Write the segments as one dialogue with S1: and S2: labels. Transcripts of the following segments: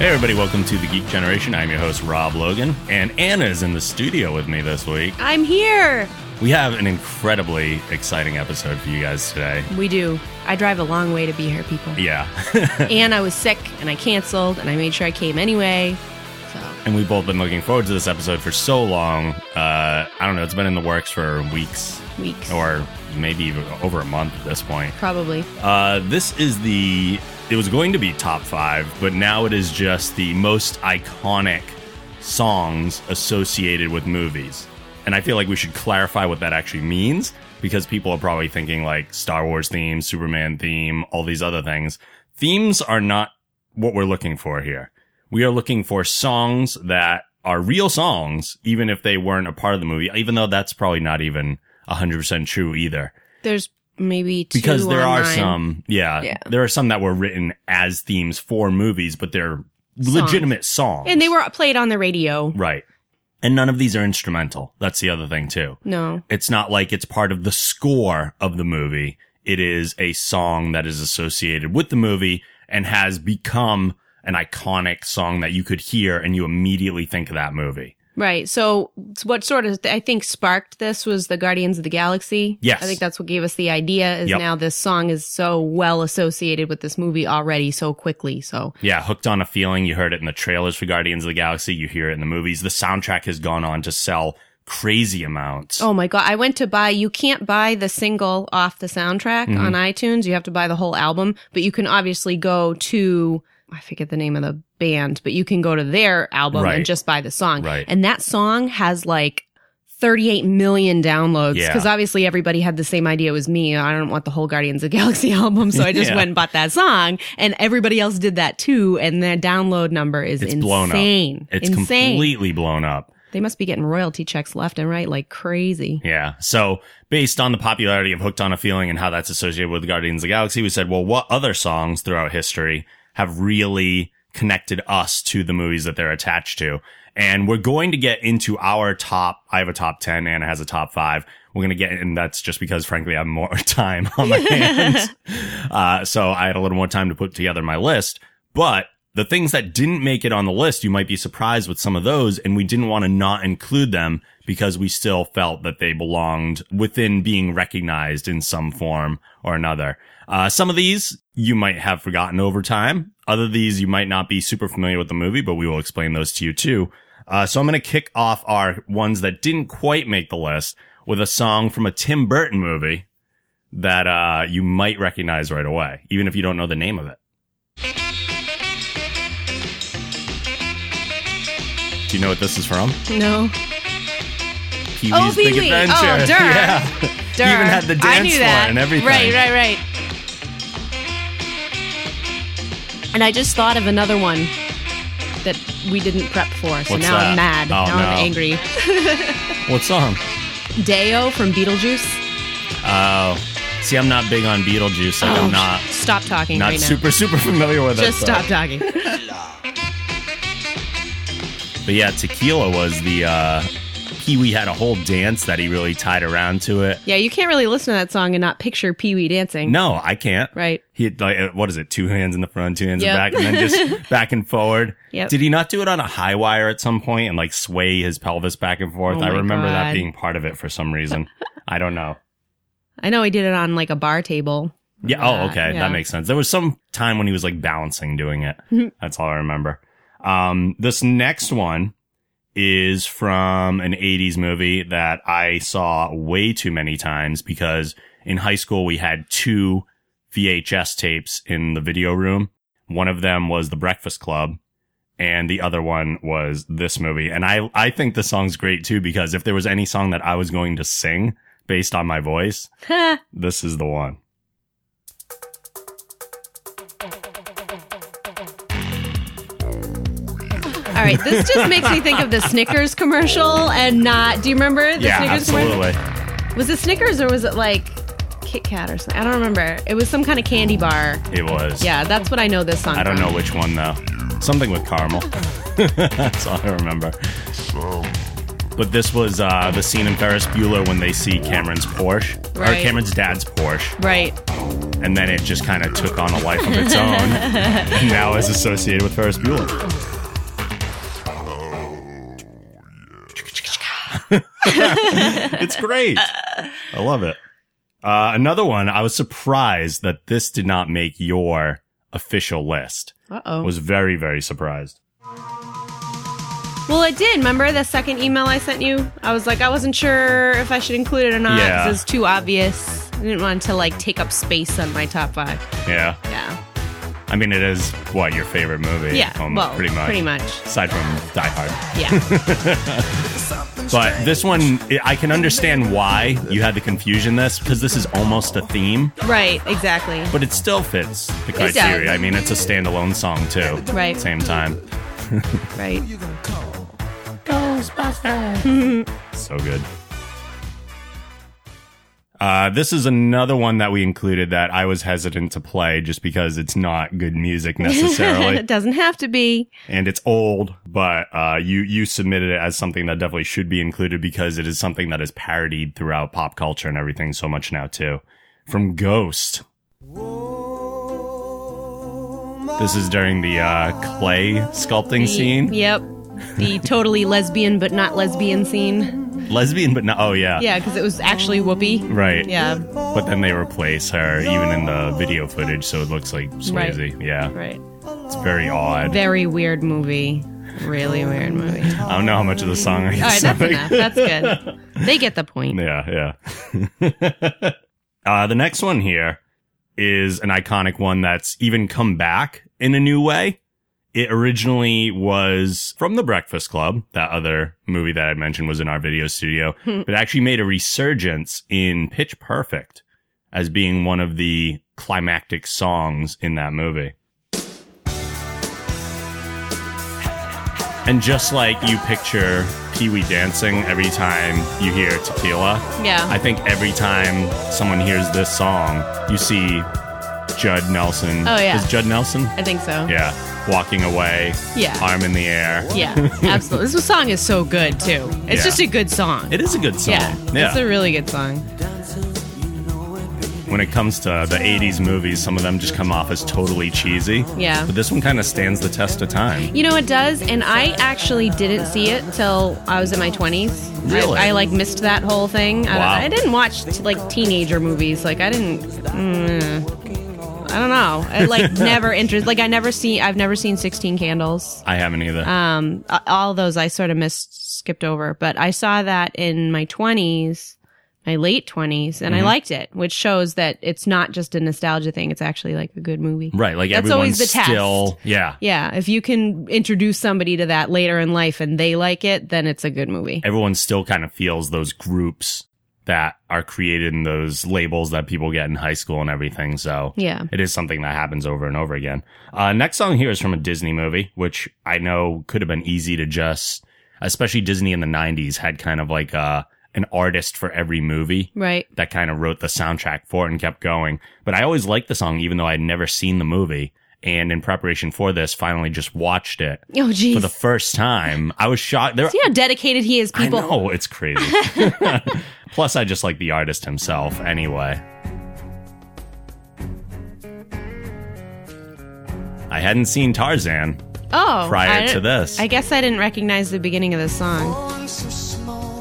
S1: everybody, welcome to the Geek Generation. I'm your host, Rob Logan, and Anna is in the studio with me this week.
S2: I'm here.
S1: We have an incredibly exciting episode for you guys today.
S2: We do. I drive a long way to be here, people.
S1: Yeah.
S2: and I was sick and I canceled and I made sure I came anyway. So
S1: and we've both been looking forward to this episode for so long. Uh, I don't know, it's been in the works for weeks
S2: weeks.
S1: or maybe even over a month at this point.
S2: probably.
S1: Uh, this is the. It was going to be top five, but now it is just the most iconic songs associated with movies. And I feel like we should clarify what that actually means because people are probably thinking like Star Wars theme, Superman theme, all these other things. Themes are not what we're looking for here. We are looking for songs that are real songs, even if they weren't a part of the movie, even though that's probably not even 100% true either
S2: There's maybe two
S1: because there are
S2: online.
S1: some yeah,
S2: Yeah.
S1: there are some that were written as themes for movies but they're
S2: Songs.
S1: legitimate songs
S2: and they were played on the radio.
S1: right and none of these are instrumental that's the other thing too
S2: No.
S1: it's not like it's part of the score of the movie it is a song that is associated with the movie and has become an iconic song that you could hear and you immediately think of that movie
S2: Right. So what sort of I think sparked this was the Guardians of the Galaxy.
S1: Yes.
S2: I think that's what gave us the idea is
S1: Yep.
S2: now this song is so well associated with this movie already so quickly. So
S1: Yeah, hooked on a feeling. You heard it in the trailers for Guardians of the Galaxy. You hear it in the movies. The soundtrack has gone on to sell crazy amounts.
S2: Oh my god! I went to buy. You can't buy the single off the soundtrack
S1: Mhm.
S2: on iTunes. You have to buy the whole album. But you can obviously go to I forget the name of the band, but you can go to their album
S1: Right.
S2: and just buy the song.
S1: Right.
S2: And that song has like. 38 million downloads
S1: Yeah.
S2: because obviously everybody had the same idea as me. I don't want the whole Guardians of the Galaxy album, so I just
S1: Yeah.
S2: went and bought that song, and everybody else did that too. And their download number is
S1: It's
S2: insane.
S1: blown up. It's
S2: insane.
S1: completely blown up.
S2: They must be getting royalty checks left and right like crazy.
S1: Yeah. So based on the popularity of Hooked on a Feeling and how that's associated with Guardians of the Galaxy, we said, well, what other songs throughout history have really connected us to the movies that they're attached to? And we're going to get into our top. I have a top 10. Anna has a top five. We're going to get, and that's just because frankly, I have more time on my hands. Uh, so I had a little more time to put together my list, but the things that didn't make it on the list, you might be surprised with some of those. And we didn't want to not include them because we still felt that they belonged within being recognized in some form or another. Uh, some of these you might have forgotten over time. Other these you might not be super familiar with the movie, but we will explain those to you too. Uh, so I'm going to kick off our ones that didn't quite make the list with a song from a Tim Burton movie that uh, you might recognize right away, even if you don't know the name of it. Do you know what this is from?
S2: No.
S1: Pee-wee's
S2: Oh,
S1: Big
S2: Pee-wee.
S1: Adventure.
S2: Oh, duh.
S1: Yeah.
S2: Durr.
S1: You even had the
S2: I
S1: dance
S2: knew
S1: floor
S2: that.
S1: and everything.
S2: Right, right, right. And I just thought of another one that we didn't prep for, so
S1: What's
S2: now I'm
S1: that?
S2: mad.
S1: Oh,
S2: now I'm
S1: no.
S2: angry.
S1: What song?
S2: Deo from Beetlejuice.
S1: Oh, see, I'm not big on Beetlejuice. Like, I'm not
S2: Stop talking
S1: not
S2: Oh, right
S1: super super familiar with
S2: now.
S1: it.
S2: Just
S1: so-
S2: stop talking.
S1: But yeah, Tequila was the uh, Pee Wee had a whole dance that he really tied around to it.
S2: yeah, you can't really listen to that song and not picture Pee Wee dancing.
S1: No, I can't.
S2: Right.
S1: He like uh, what is it? Two hands in the front, two hands in
S2: Yep.
S1: the back, and then just back and forward.
S2: Yep.
S1: Did he not do it on a high wire at some point and like sway his pelvis back and forth?
S2: Oh
S1: I
S2: my
S1: remember that
S2: God.
S1: being part of it for some reason. I don't know.
S2: I know he did it on like a bar table.
S1: Yeah. Oh,
S2: Uh,
S1: okay.
S2: yeah.
S1: That makes sense. There was some time when he was like balancing doing it.
S2: Mhm.
S1: That's all I remember. Um, this next one is from an 80s movie that I saw way too many times because in high school we had two VHS tapes in the video room. One of them was The Breakfast Club and the other one was this movie. And I, I think the song's great too because if there was any song that I was going to sing based on my voice, this is the one.
S2: All right, this just makes me think of the Snickers commercial and not. Do you remember the
S1: yeah,
S2: Snickers commercial?
S1: absolutely.
S2: Was it Snickers or was it like Kit Kat or something? I don't remember. It was some kind of candy bar.
S1: It was.
S2: Yeah, that's what I know this song.
S1: I don't
S2: from.
S1: know which one though. Something with caramel. That's all I remember. But this was uh, the scene in Ferris Bueller when they see Cameron's Porsche or
S2: Right.
S1: Cameron's dad's Porsche,
S2: Right.
S1: and then it just kind of took on a life of its own, and now is associated with Ferris Bueller. it's great. I love it. Uh, another one. I was surprised that this did not make your official list.
S2: Uh
S1: I
S2: oh.
S1: was very, very surprised.
S2: Well, it did. Remember the second email I sent you? I was like, I wasn't sure if I should include it or not
S1: Yeah.
S2: because it was too obvious. I didn't want to like take up space on my top five.
S1: Yeah.
S2: Yeah.
S1: I mean, it is what your favorite movie.
S2: Yeah.
S1: Um,
S2: well,
S1: pretty much.
S2: Pretty much.
S1: Aside from Die Hard.
S2: Yeah.
S1: But this one, I- I can understand why you had the confusion. This because this is almost a theme,
S2: right. Exactly.
S1: but it still fits the
S2: does.
S1: criteria. I mean, it's a standalone song too.
S2: Right.
S1: Same time.
S2: Right.
S1: So good. Uh, this is another one that we included that I was hesitant to play just because it's not good music necessarily,
S2: it doesn't have to be.
S1: and it's old. But uh, you you submitted it as something that definitely should be included because it is something that is parodied throughout pop culture and everything so much now too. From Ghost, this is during the uh, clay sculpting scene,
S2: Yep. The totally lesbian but not lesbian scene.
S1: lesbian, but not. Oh yeah,
S2: Yeah, because it was actually Whoopi.
S1: right,
S2: Yeah.
S1: But then they replace her even in the video footage, so it looks like Swayze. Yeah,
S2: Right.
S1: it's very odd.
S2: Very weird movie. Really
S1: Oh,
S2: weird movie. All
S1: I don't know how much of the song I can
S2: right, that's
S1: stomach.
S2: enough. That's good. They get the point.
S1: Yeah, yeah. uh, the next one here is an iconic one that's even come back in a new way. It originally was from The Breakfast Club. That other movie that I mentioned was in our video studio,
S2: Hmm.
S1: but it actually made a resurgence in Pitch Perfect as being one of the climactic songs in that movie. And just like you picture Pee Wee dancing every time you hear tequila,
S2: Yeah.
S1: I think every time someone hears this song, you see Judd Nelson.
S2: Oh, yeah.
S1: Is Judd Nelson?
S2: I think so.
S1: Yeah. Walking away,
S2: Yeah.
S1: arm in the air.
S2: Yeah, absolutely. This song is so good too. It's
S1: Yeah.
S2: just a good song.
S1: It is a good song.
S2: yeah, it's a really good song.
S1: when it comes to the 80s movies, some of them just come off as totally cheesy.
S2: Yeah.
S1: But this one kind of stands the test of time.
S2: You know it does, and I actually didn't see it till I was in my twenties.
S1: Really?
S2: I, I like missed that whole thing.
S1: Wow.
S2: I, I didn't watch like teenager movies. Like I didn't. Mm, I don't know. I like never interest. Like I never see. I've never seen Sixteen Candles.
S1: I haven't either.
S2: Um, a- all those I sort of missed, skipped over. But I saw that in my twenties, my late twenties,
S1: Mm-hmm.
S2: and I liked it, which shows that it's not just a nostalgia thing. It's actually like a good movie.
S1: right. Like
S2: that's
S1: everyone's
S2: always the test.
S1: still. Yeah.
S2: Yeah, if you can introduce somebody to that later in life and they like it, then it's a good movie.
S1: Everyone still kind of feels those groups that are created in those labels that people get in high school and everything. So
S2: Yeah.
S1: it is something that happens over and over again. Uh, next song here is from a Disney movie, which I know could have been easy to just, especially Disney in the 90s had kind of like uh an artist for every movie.
S2: Right.
S1: that kind of wrote the soundtrack for it and kept going. But I always liked the song, even though I had never seen the movie. And in preparation for this, finally just watched it
S2: Oh, geez.
S1: for the first time. I was shocked. There,
S2: See how dedicated he is,
S1: I
S2: people.
S1: know it's crazy. Plus, I just like the artist himself anyway. I hadn't seen Tarzan.
S2: Oh,
S1: Prior
S2: I-
S1: to this.
S2: I guess I didn't recognize the beginning of the song.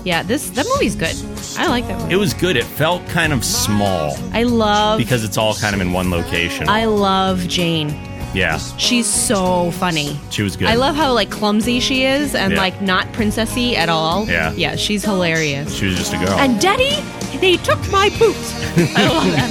S2: Yeah, this that movie's good. I like that movie.
S1: It was good. It felt kind of small
S2: I love.
S1: because it's all kind of in one location.
S2: I love Jane.
S1: yeah,
S2: She's so funny.
S1: she was good.
S2: I love how like clumsy she is and
S1: Yeah.
S2: like not princessy at all.
S1: Yeah.
S2: Yeah, she's hilarious.
S1: She was just a girl.
S2: And Daddy, they took my boots. I love that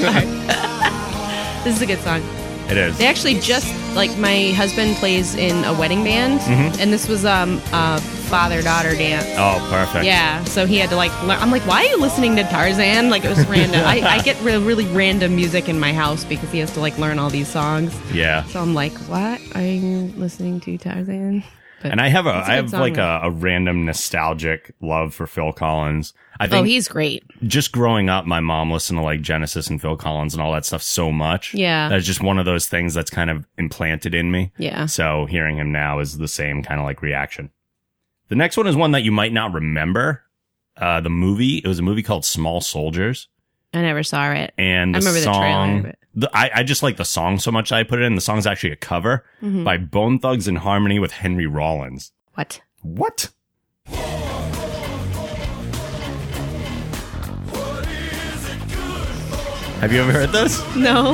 S2: part. this is a good song.
S1: it is.
S2: They actually just like my husband plays in a wedding band,
S1: Mm-hmm.
S2: and this was um a father daughter dance.
S1: Oh, perfect.
S2: Yeah, so he had to like. lear- I'm like, why are you listening to Tarzan? Like it was random. I, I get re- really random music in my house because he has to like learn all these songs.
S1: Yeah.
S2: So I'm like, what are you listening to Tarzan? But
S1: And I have a,
S2: It's a
S1: I
S2: good
S1: have
S2: song,
S1: like
S2: though.
S1: a, a random nostalgic love for Phil Collins. I
S2: oh,
S1: think
S2: he's great.
S1: just growing up, my mom listened to like Genesis and Phil Collins and all that stuff so much.
S2: Yeah.
S1: That's just one of those things that's kind of implanted in me.
S2: Yeah.
S1: So hearing him now is the same kind of like reaction. The next one is one that you might not remember. Uh, the movie, it was a movie called Small Soldiers
S2: I never saw it.
S1: and the
S2: I remember the trailer
S1: song.
S2: of it.
S1: the- I, I just like the song so much. I put it in. The song's actually a cover
S2: Mhm.
S1: by Bone Thugs in Harmony with Henry Rollins.
S2: What?
S1: What? Have you ever heard this?
S2: No,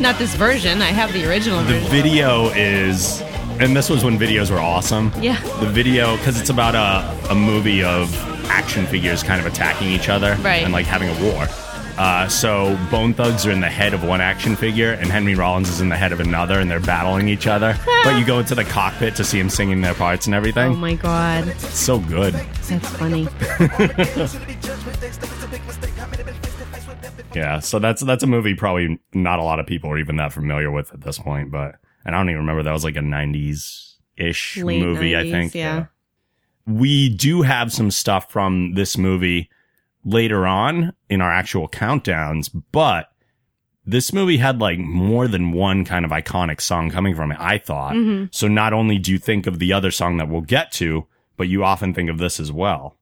S2: not this version. I have the original
S1: The
S2: version.
S1: video is, and this was when videos were awesome.
S2: Yeah.
S1: The video, because it's about a, a movie of action figures kind of attacking each other
S2: Right.
S1: and like having a war. Uh, so Bone Thugs are in the head of one action figure, and Henry Rollins is in the head of another, and they're battling each other. but you go into the cockpit to see him singing their parts and
S2: Oh
S1: everything.
S2: my god,
S1: it's so good.
S2: that's funny.
S1: Yeah. So that's that's a movie probably not a lot of people are even that familiar with at this point, but and I don't even remember that was like a '90s ish
S2: Late
S1: movie. I
S2: 90s,
S1: think.
S2: yeah.
S1: We do have some stuff from this movie later on in our actual countdowns, but this movie had like more than one kind of iconic song coming from it. I thought.
S2: Mhm.
S1: So not only do you think of the other song that we'll get to, but you often think of this as well.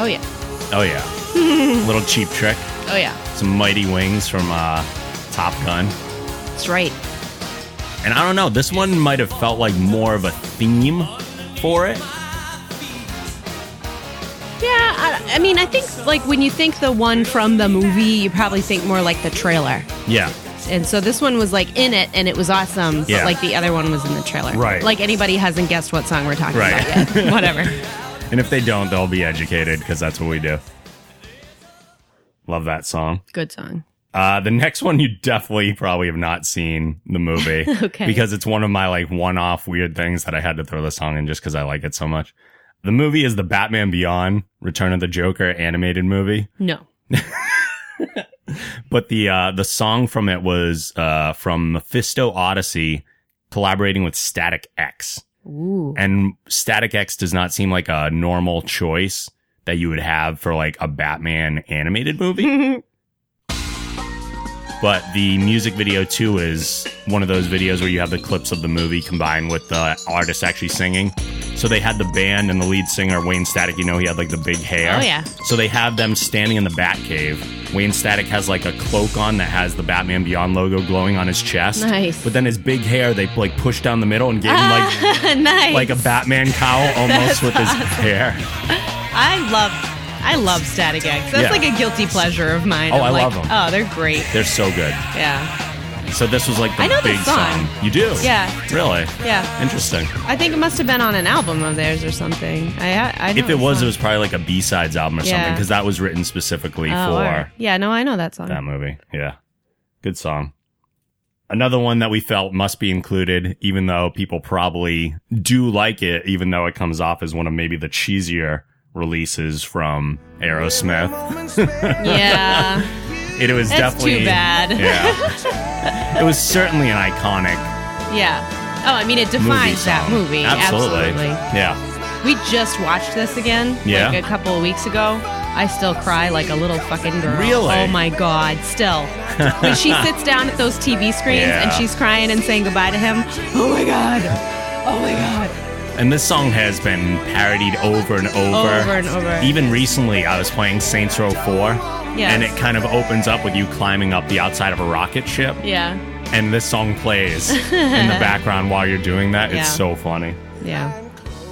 S2: Oh yeah,
S1: Oh yeah. Little cheap trick.
S2: oh yeah,
S1: Some mighty wings from uh, Top Gun.
S2: that's right.
S1: And I don't know, this one might have felt like more of a theme for it.
S2: Yeah, I, I mean, I think like when you think the one from the movie, you probably think more like the trailer.
S1: Yeah.
S2: And so this one was like in it, and it was awesome. But
S1: Yeah.
S2: like the other one was in the trailer.
S1: Right.
S2: Like anybody hasn't guessed what song we're talking
S1: Right.
S2: about yet. Whatever.
S1: And if they don't, they'll be educated because that's what we do. Love that song.
S2: Good song.
S1: Uh, the next one you definitely probably have not seen the movie.
S2: Okay.
S1: Because it's one of my like one off weird things that I had to throw the song in just because I like it so much. The movie is the Batman Beyond Return of the Joker animated movie.
S2: No.
S1: But the uh the song from it was uh from Mephisto Odyssey collaborating with Static X.
S2: Ooh.
S1: And Static X does not seem like a normal choice that you would have for like a Batman animated movie. but the music video too is one of those videos where you have the clips of the movie combined with the artist actually singing. So they had the band and the lead singer Wayne Static, you know, he had like the big hair.
S2: Oh, yeah.
S1: So they have them standing in the Batcave. Wayne Static has like a cloak on that has the Batman Beyond logo glowing on his chest.
S2: Nice.
S1: But then his big hair, they like push down the middle and gave him like
S2: nice.
S1: like a Batman cowl almost with his hair.
S2: I love I love Static X. That's
S1: Yeah.
S2: like a guilty pleasure of mine.
S1: Oh,
S2: I'm
S1: I
S2: like,
S1: love 'em.
S2: Oh, they're great.
S1: They're so good.
S2: Yeah.
S1: So this was like the
S2: I know
S1: big
S2: this song.
S1: You do?
S2: Yeah.
S1: Really?
S2: Yeah.
S1: Interesting.
S2: I think it must have been on an album of theirs or something. I I know
S1: If it
S2: the
S1: was,
S2: song.
S1: it was probably like a B sides album or something
S2: Yeah.
S1: because that was written specifically
S2: Oh, all
S1: for
S2: right. Yeah, no, I know that song.
S1: that movie. Yeah. Good song. Another one that we felt must be included, even though people probably do like it, even though it comes off as one of maybe the cheesier releases from Aerosmith.
S2: yeah.
S1: It was
S2: That's too
S1: definitely
S2: bad.
S1: Yeah. it was certainly an iconic
S2: yeah. Oh, I mean it
S1: movie
S2: defines that
S1: song.
S2: movie.
S1: Absolutely.
S2: Absolutely.
S1: Yeah.
S2: We just watched this again
S1: Yeah.
S2: like a couple of weeks ago. I still cry like a little fucking girl.
S1: Really?
S2: Oh my god, still. when she sits down at those TV screens
S1: Yeah.
S2: and she's crying and saying goodbye to him. Oh my god. Oh my god.
S1: And this song has been parodied over and over.
S2: Over and over.
S1: Even recently, I was playing Saints Row 4.
S2: Yes.
S1: And it kind of opens up with you climbing up the outside of a rocket ship.
S2: Yeah.
S1: And this song plays in the background while you're doing that.
S2: Yeah.
S1: It's so funny.
S2: Yeah.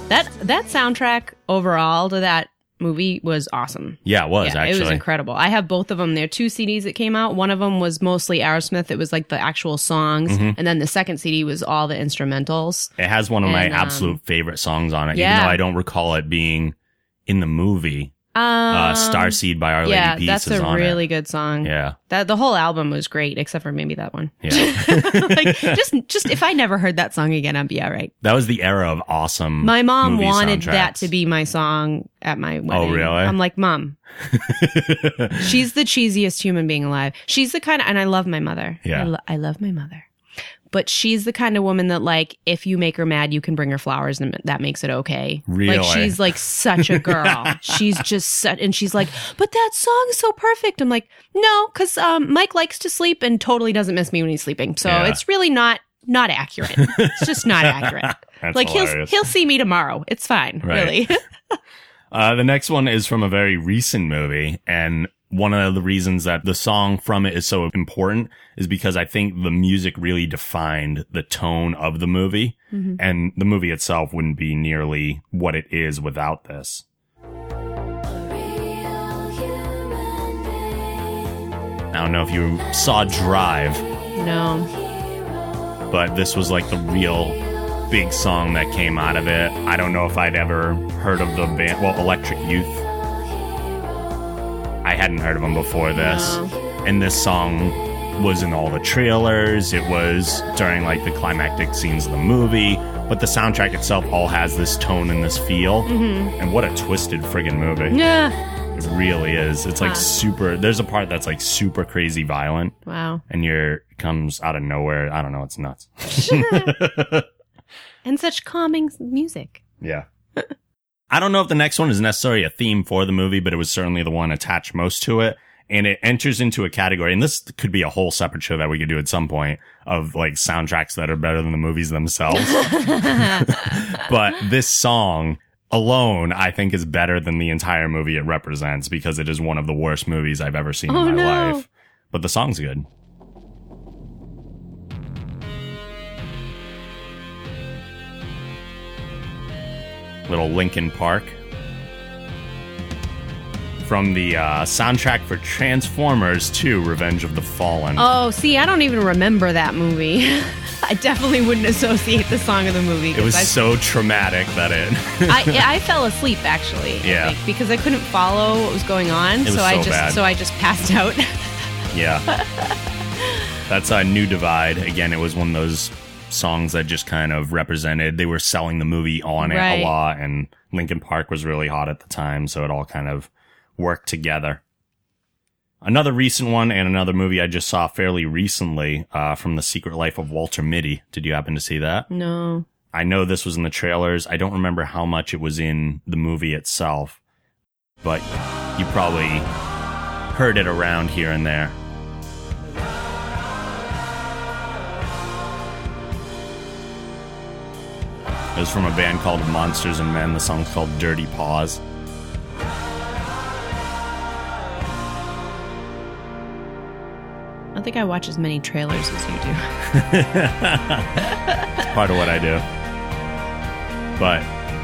S2: That that soundtrack overall to that movie was awesome.
S1: Yeah, it was
S2: yeah,
S1: actually.
S2: it was incredible. I have both of them. There are two CDs that came out. One of them was mostly Aerosmith. It was like the actual songs,
S1: Mm-hmm.
S2: and then the second CD was all the instrumentals.
S1: It has one of my
S2: And, um,
S1: absolute favorite songs on it, even
S2: yeah.
S1: though I don't recall it being in the movie.
S2: Um,
S1: Uh, Starseed by Our Lady
S2: Yeah,
S1: Peace
S2: that's
S1: is
S2: a
S1: on
S2: really
S1: it.
S2: good song.
S1: Yeah.
S2: That the whole album was great, except for maybe that one.
S1: Yeah.
S2: like just just if I never heard that song again, I'd be all right.
S1: that was the era of awesome.
S2: My mom
S1: Mm-hmm. movie
S2: wanted that
S1: soundtracks. Oh,
S2: to be my song at my wedding.
S1: really?
S2: I'm like, Mom, she's the cheesiest human being alive. She's the kind of, and I love my mother.
S1: Yeah.
S2: I, lo- I love my mother. But she's the kind of woman that, like, if you make her mad, you can bring her flowers and that makes it okay.
S1: Really?
S2: Like, she's like such a girl. she's just such, and she's like, but that song's so perfect. I'm like, no, because um, Mike likes to sleep and totally doesn't miss me when he's sleeping. So
S1: Yeah.
S2: it's really not, not accurate. it's just not accurate.
S1: That's
S2: like,
S1: hilarious.
S2: he'll, he'll see me tomorrow. It's fine,
S1: Right.
S2: really.
S1: Uh, the next one is from a very recent movie, and one of the reasons that the song from it is so important is because I think the music really defined the tone of the movie,
S2: Mm-hmm.
S1: and the movie itself wouldn't be nearly what it is without this. I don't know if you saw Drive,
S2: No.
S1: but this was like the real big song that came out of it. I don't know if I'd ever heard of the band, well, Electric Youth. I hadn't heard of them before this. And this song was in all the trailers, it was during like the climactic scenes of the movie, but the soundtrack itself all has this tone and this feel. And what a twisted friggin' movie.
S2: Yeah.
S1: It really is. It's like
S2: Huh.
S1: super, there's a part that's like super crazy violent
S2: Wow.
S1: and you're comes out of nowhere. I don't know. It's nuts.
S2: and such calming music.
S1: Yeah. I don't know if the next one is necessarily a theme for the movie, but it was certainly the one attached most to it. And it enters into a category, and this could be a whole separate show that we could do at some point of like soundtracks that are better than the movies themselves. but this song alone, I think, is better than the entire movie it represents because it is one of the worst movies I've ever seen
S2: Oh,
S1: in my
S2: no.
S1: life. But the song's good. Little Linkin Park. From the uh, soundtrack for Transformers 2 Revenge of the Fallen.
S2: Oh, see, I don't even remember that movie. I definitely wouldn't associate the song of the movie.
S1: it was
S2: 'cause I,
S1: so traumatic that it.
S2: I, yeah, I fell asleep actually. I
S1: Yeah.
S2: think, because I couldn't follow what was going on,
S1: was
S2: so, I
S1: so
S2: just
S1: bad.
S2: so I just passed out.
S1: Yeah. That's a new divide. Again, it was one of those songs that just kind of represented they were selling the movie on it
S2: Right.
S1: a lot and Linkin Park was really hot at the time, so it all kind of worked together. Another recent one and another movie I just saw fairly recently uh, from The Secret Life of Walter Mitty. Did you happen to see that?
S2: no.
S1: I know this was in the trailers. I don't remember how much it was in the movie itself, but you probably heard it around here and there. It was from a band called Monsters and Men. The song's called Dirty Paws.
S2: I don't think I watch as many trailers as you do.
S1: part of what I do. But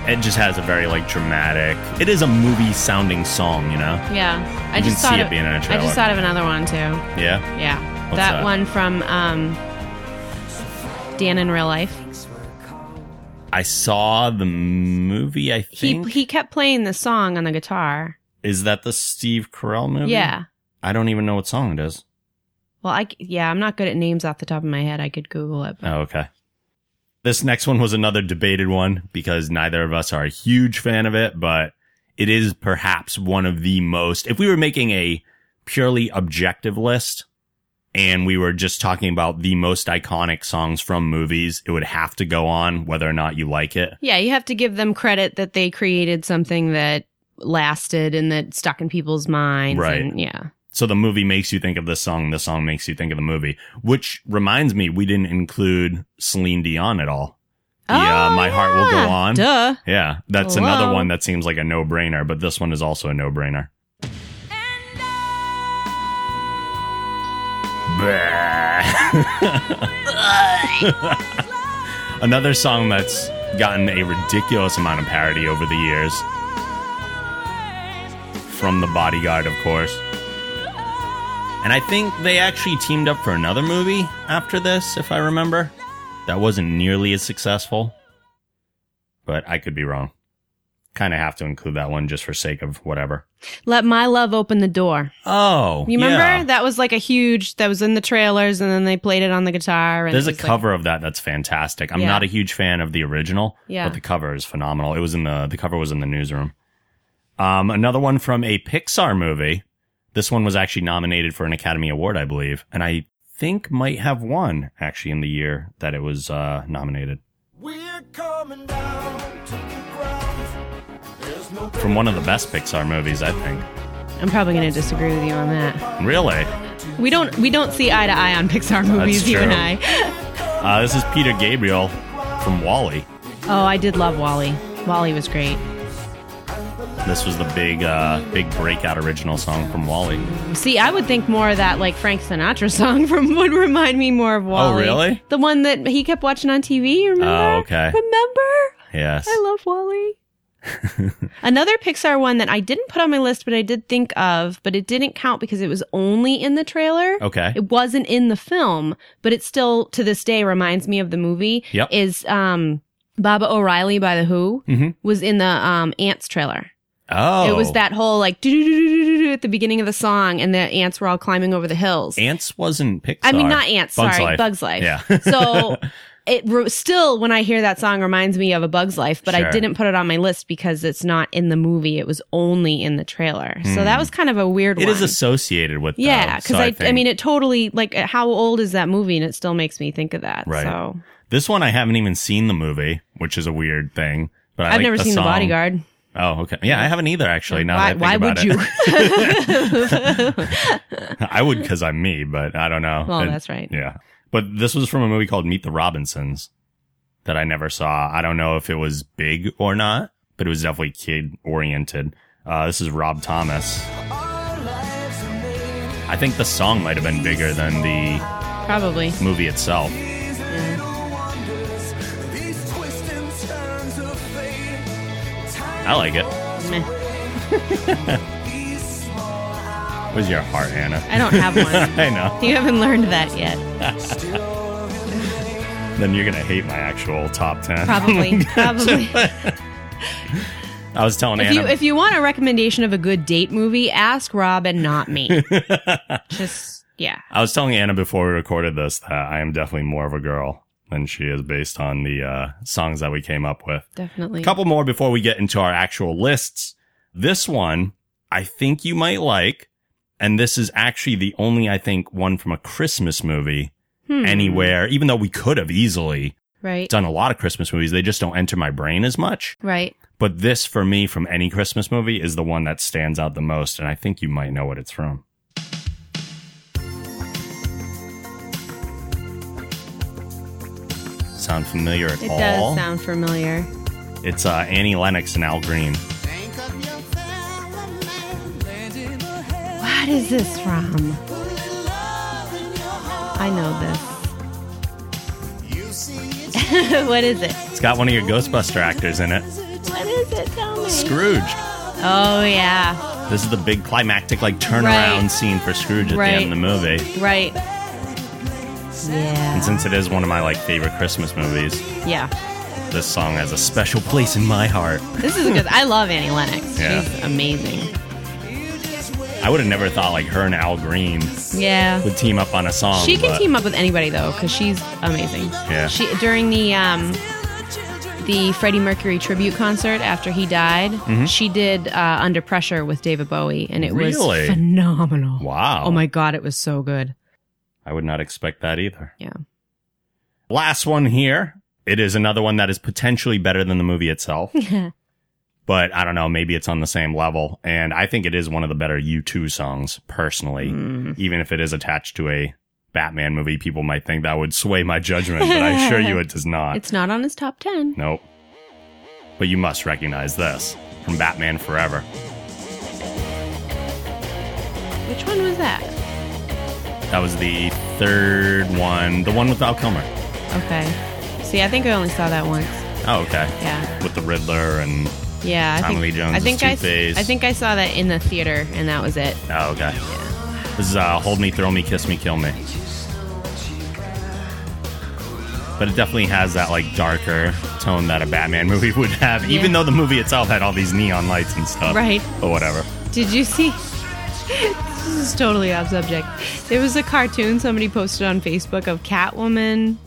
S1: it just has a very like dramatic. It is a movie sounding song, you know?
S2: Yeah. I
S1: You
S2: just
S1: can
S2: thought
S1: see it
S2: of,
S1: being in a
S2: I
S1: trailer.
S2: just thought of another one too.
S1: Yeah.
S2: Yeah.
S1: What's
S2: that,
S1: that?
S2: one from um Dan in real life.
S1: I saw the movie. I
S2: He
S1: think
S2: he kept playing the song on the guitar.
S1: is that the Steve Carell movie?
S2: Yeah.
S1: I don't even know what song it is.
S2: Well, I c- yeah, I'm not good at names off the top of my head. I could Google it. but-
S1: Oh, okay. This next one was another debated one because neither of us are a huge fan of it, but it is perhaps one of the most. If we were making a purely objective list and we were just talking about the most iconic songs from movies, it would have to go on whether or not you like it.
S2: Yeah, you have to give them credit that they created something that lasted and that stuck in people's minds.
S1: Right.
S2: and- yeah.
S1: So the movie makes you think of this song, the song makes you think of the movie, which reminds me, we didn't include Celine Dion at all. The, uh,
S2: Oh,
S1: My Heart Will
S2: yeah.
S1: Go On.
S2: Duh.
S1: Yeah, that's
S2: Hello?
S1: another one that seems like a no brainer, but this one is also a no brainer. another song that's gotten a ridiculous amount of parody over the years. From The Bodyguard, of course. And I think they actually teamed up for another movie after this, if I remember. That wasn't nearly as successful but I could be wrong. Kind of have to include that one just for sake of whatever.
S2: Let my love open the door.
S1: Oh,
S2: You remember
S1: yeah.
S2: that was like a huge that was in the trailers, and then they played it on the guitar. And
S1: There's
S2: it
S1: a
S2: was
S1: cover of that that's fantastic. I'm
S2: Yeah.
S1: not a huge fan of the original,
S2: Yeah.
S1: but the cover is phenomenal. It was in the the cover was in the newsroom. Um, another one from a Pixar movie. This one was actually nominated for an Academy Award, I believe, and I think might have won actually in the year that it was uh, nominated.
S3: We're coming down to the ground. There's no
S1: From one of the best Pixar movies, I think.
S2: Like, I'm probably going to disagree with you on that.
S1: Really?
S2: We don't we don't see eye to eye on Pixar movies, you
S1: true.
S2: and I.
S1: Uh, this is Peter Gabriel from Wally.
S2: Oh, I did love Wally. Wally was great.
S1: This was the big, uh, big breakout original song from Wally.
S2: See, I would think more of that like Frank Sinatra song from would remind me more of Wally.
S1: Oh, really?
S2: The one that he kept watching on TV, remember?
S1: Oh, okay.
S2: Remember?
S1: Yes.
S2: I love Wally. Another Pixar one that I didn't put on my list, but I did think of, but it didn't count because it was only in the trailer.
S1: Okay.
S2: It wasn't in the film, but it still to this day reminds me of the movie.
S1: Yep.
S2: Is um Baba O'Reilly by the Who
S1: Mhm.
S2: was in the um ants trailer.
S1: Oh,
S2: It was that whole like do do do do do at the beginning of the song, and the ants were all climbing over the hills.
S1: Ants wasn't Pixar.
S2: I mean, not ants.
S1: Bugs
S2: sorry,
S1: Life.
S2: Bugs Life.
S1: Yeah.
S2: so it re- still, when I hear that song, reminds me of a Bug's Life, but
S1: Sure.
S2: I didn't put it on my list because it's not in the movie. It was only in the trailer. So that was kind of a weird
S1: Hmm. It
S2: one.
S1: is oh, associated with. um,
S2: yeah,
S1: because
S2: because I, I, mean, it totally like uh, how old is that movie, and it still makes me think of that.
S1: Right.
S2: So
S1: this one I haven't even seen the movie, which is a weird thing. But I
S2: I've
S1: like
S2: never
S1: the
S2: seen
S1: song.
S2: The Bodyguard.
S1: Oh, okay. Yeah, I haven't either. Actually, now
S2: why
S1: that I
S2: why
S1: think
S2: would
S1: about
S2: you?
S1: it. I would because I'm me, but I don't know.
S2: well,
S1: And-
S2: that's right.
S1: Yeah. But this was from a movie called Meet the Robinsons that I never saw. I don't know if it was big or not, but it was definitely kid oriented. Uh, this is Rob Thomas.
S3: Our lives are made
S1: I think the song might have been bigger than the
S2: Probably.
S1: movie itself.
S3: these little wonders, these twists and turns of fate. Time
S1: I like it.
S3: goes
S2: Meh.
S3: away. These small hours
S1: Where's your heart, Anna?
S2: I don't have one.
S1: I know.
S2: you haven't learned that yet.
S3: still remain.
S1: Then you're going to hate my actual top 10.
S2: Probably. probably.
S1: I was telling
S2: If
S1: Anna.
S2: you if you want a recommendation of a good date movie, ask Rob and not me. Just yeah.
S1: I was telling Anna before we recorded this that I am definitely more of a girl than she is based on the uh, songs that we came up with.
S2: Definitely.
S1: A couple more before we get into our actual lists. This one, I think you might like. And this is actually the only, I think, one from a Christmas movie
S2: Hmm.
S1: anywhere, even though we could have easily
S2: Right.
S1: done a lot of Christmas movies. They just don't enter my brain as much.
S2: Right.
S1: But this, for me, from any Christmas movie, is the one that stands out the most. And I think you might know what it's from. Sound familiar at
S2: It
S1: all?
S2: does sound familiar.
S1: It's uh, Annie Lennox and Al Green.
S3: Think of your fellow man, landing a hand
S2: What is this from?
S3: full of love in your heart.
S2: I know this.
S3: You see it's
S2: what is it?
S1: It's got one of your Ghostbuster actors in it.
S2: What is it? Tell me.
S1: Scrooge.
S2: Oh yeah.
S1: This is the big climactic like turnaround
S2: Right.
S1: scene for Scrooge at the end of the movie.
S2: Right.
S1: And
S2: Yeah.
S1: since it is one of my like favorite Christmas movies,
S2: Yeah.
S1: this song has a special place in my heart.
S2: This is a good. I love Annie Lennox.
S1: Yeah.
S2: She's amazing.
S1: I would have never thought like her and Al Green
S2: Yeah.
S1: would team up on a song.
S2: She can
S1: but-
S2: team up with anybody though, because she's amazing.
S1: Yeah.
S2: She during the um the Freddie Mercury tribute concert after he died,
S1: Mm-hmm.
S2: she did uh, Under Pressure with David Bowie, and it
S1: Really?
S2: was phenomenal.
S1: Wow.
S2: Oh my god, it was so good.
S1: I would not expect that either.
S2: Yeah.
S1: Last one here. It is another one that is potentially better than the movie itself. but I don't know, maybe it's on the same level. And I think it is one of the better U2 songs, personally.
S2: Mm.
S1: Even if it is attached to a Batman movie, people might think that would sway my judgment, but I assure you it does not.
S2: It's not on his top ten.
S1: nope. But you must recognize this from Batman Forever.
S2: Which one was that?
S1: That was the third one, the one with Val Kilmer.
S2: Okay. See, I think I only saw that once.
S1: Oh, okay.
S2: Yeah.
S1: With the Riddler and.
S2: Yeah. I
S1: Tommy
S2: think,
S1: Lee Jones
S2: I
S1: is
S2: think I,
S1: Two-Face.
S2: I think I saw that in the theater, and that was it.
S1: Oh, okay. This is uh, Hold Me, Throw Me, Kiss Me, Kill Me. But it definitely has that like darker tone that a Batman movie would have, even
S2: Yeah.
S1: though the movie itself had all these neon lights and stuff.
S2: Right.
S1: But whatever.
S2: Did you see? this is totally off subject. There was a cartoon somebody posted on Facebook of Catwoman,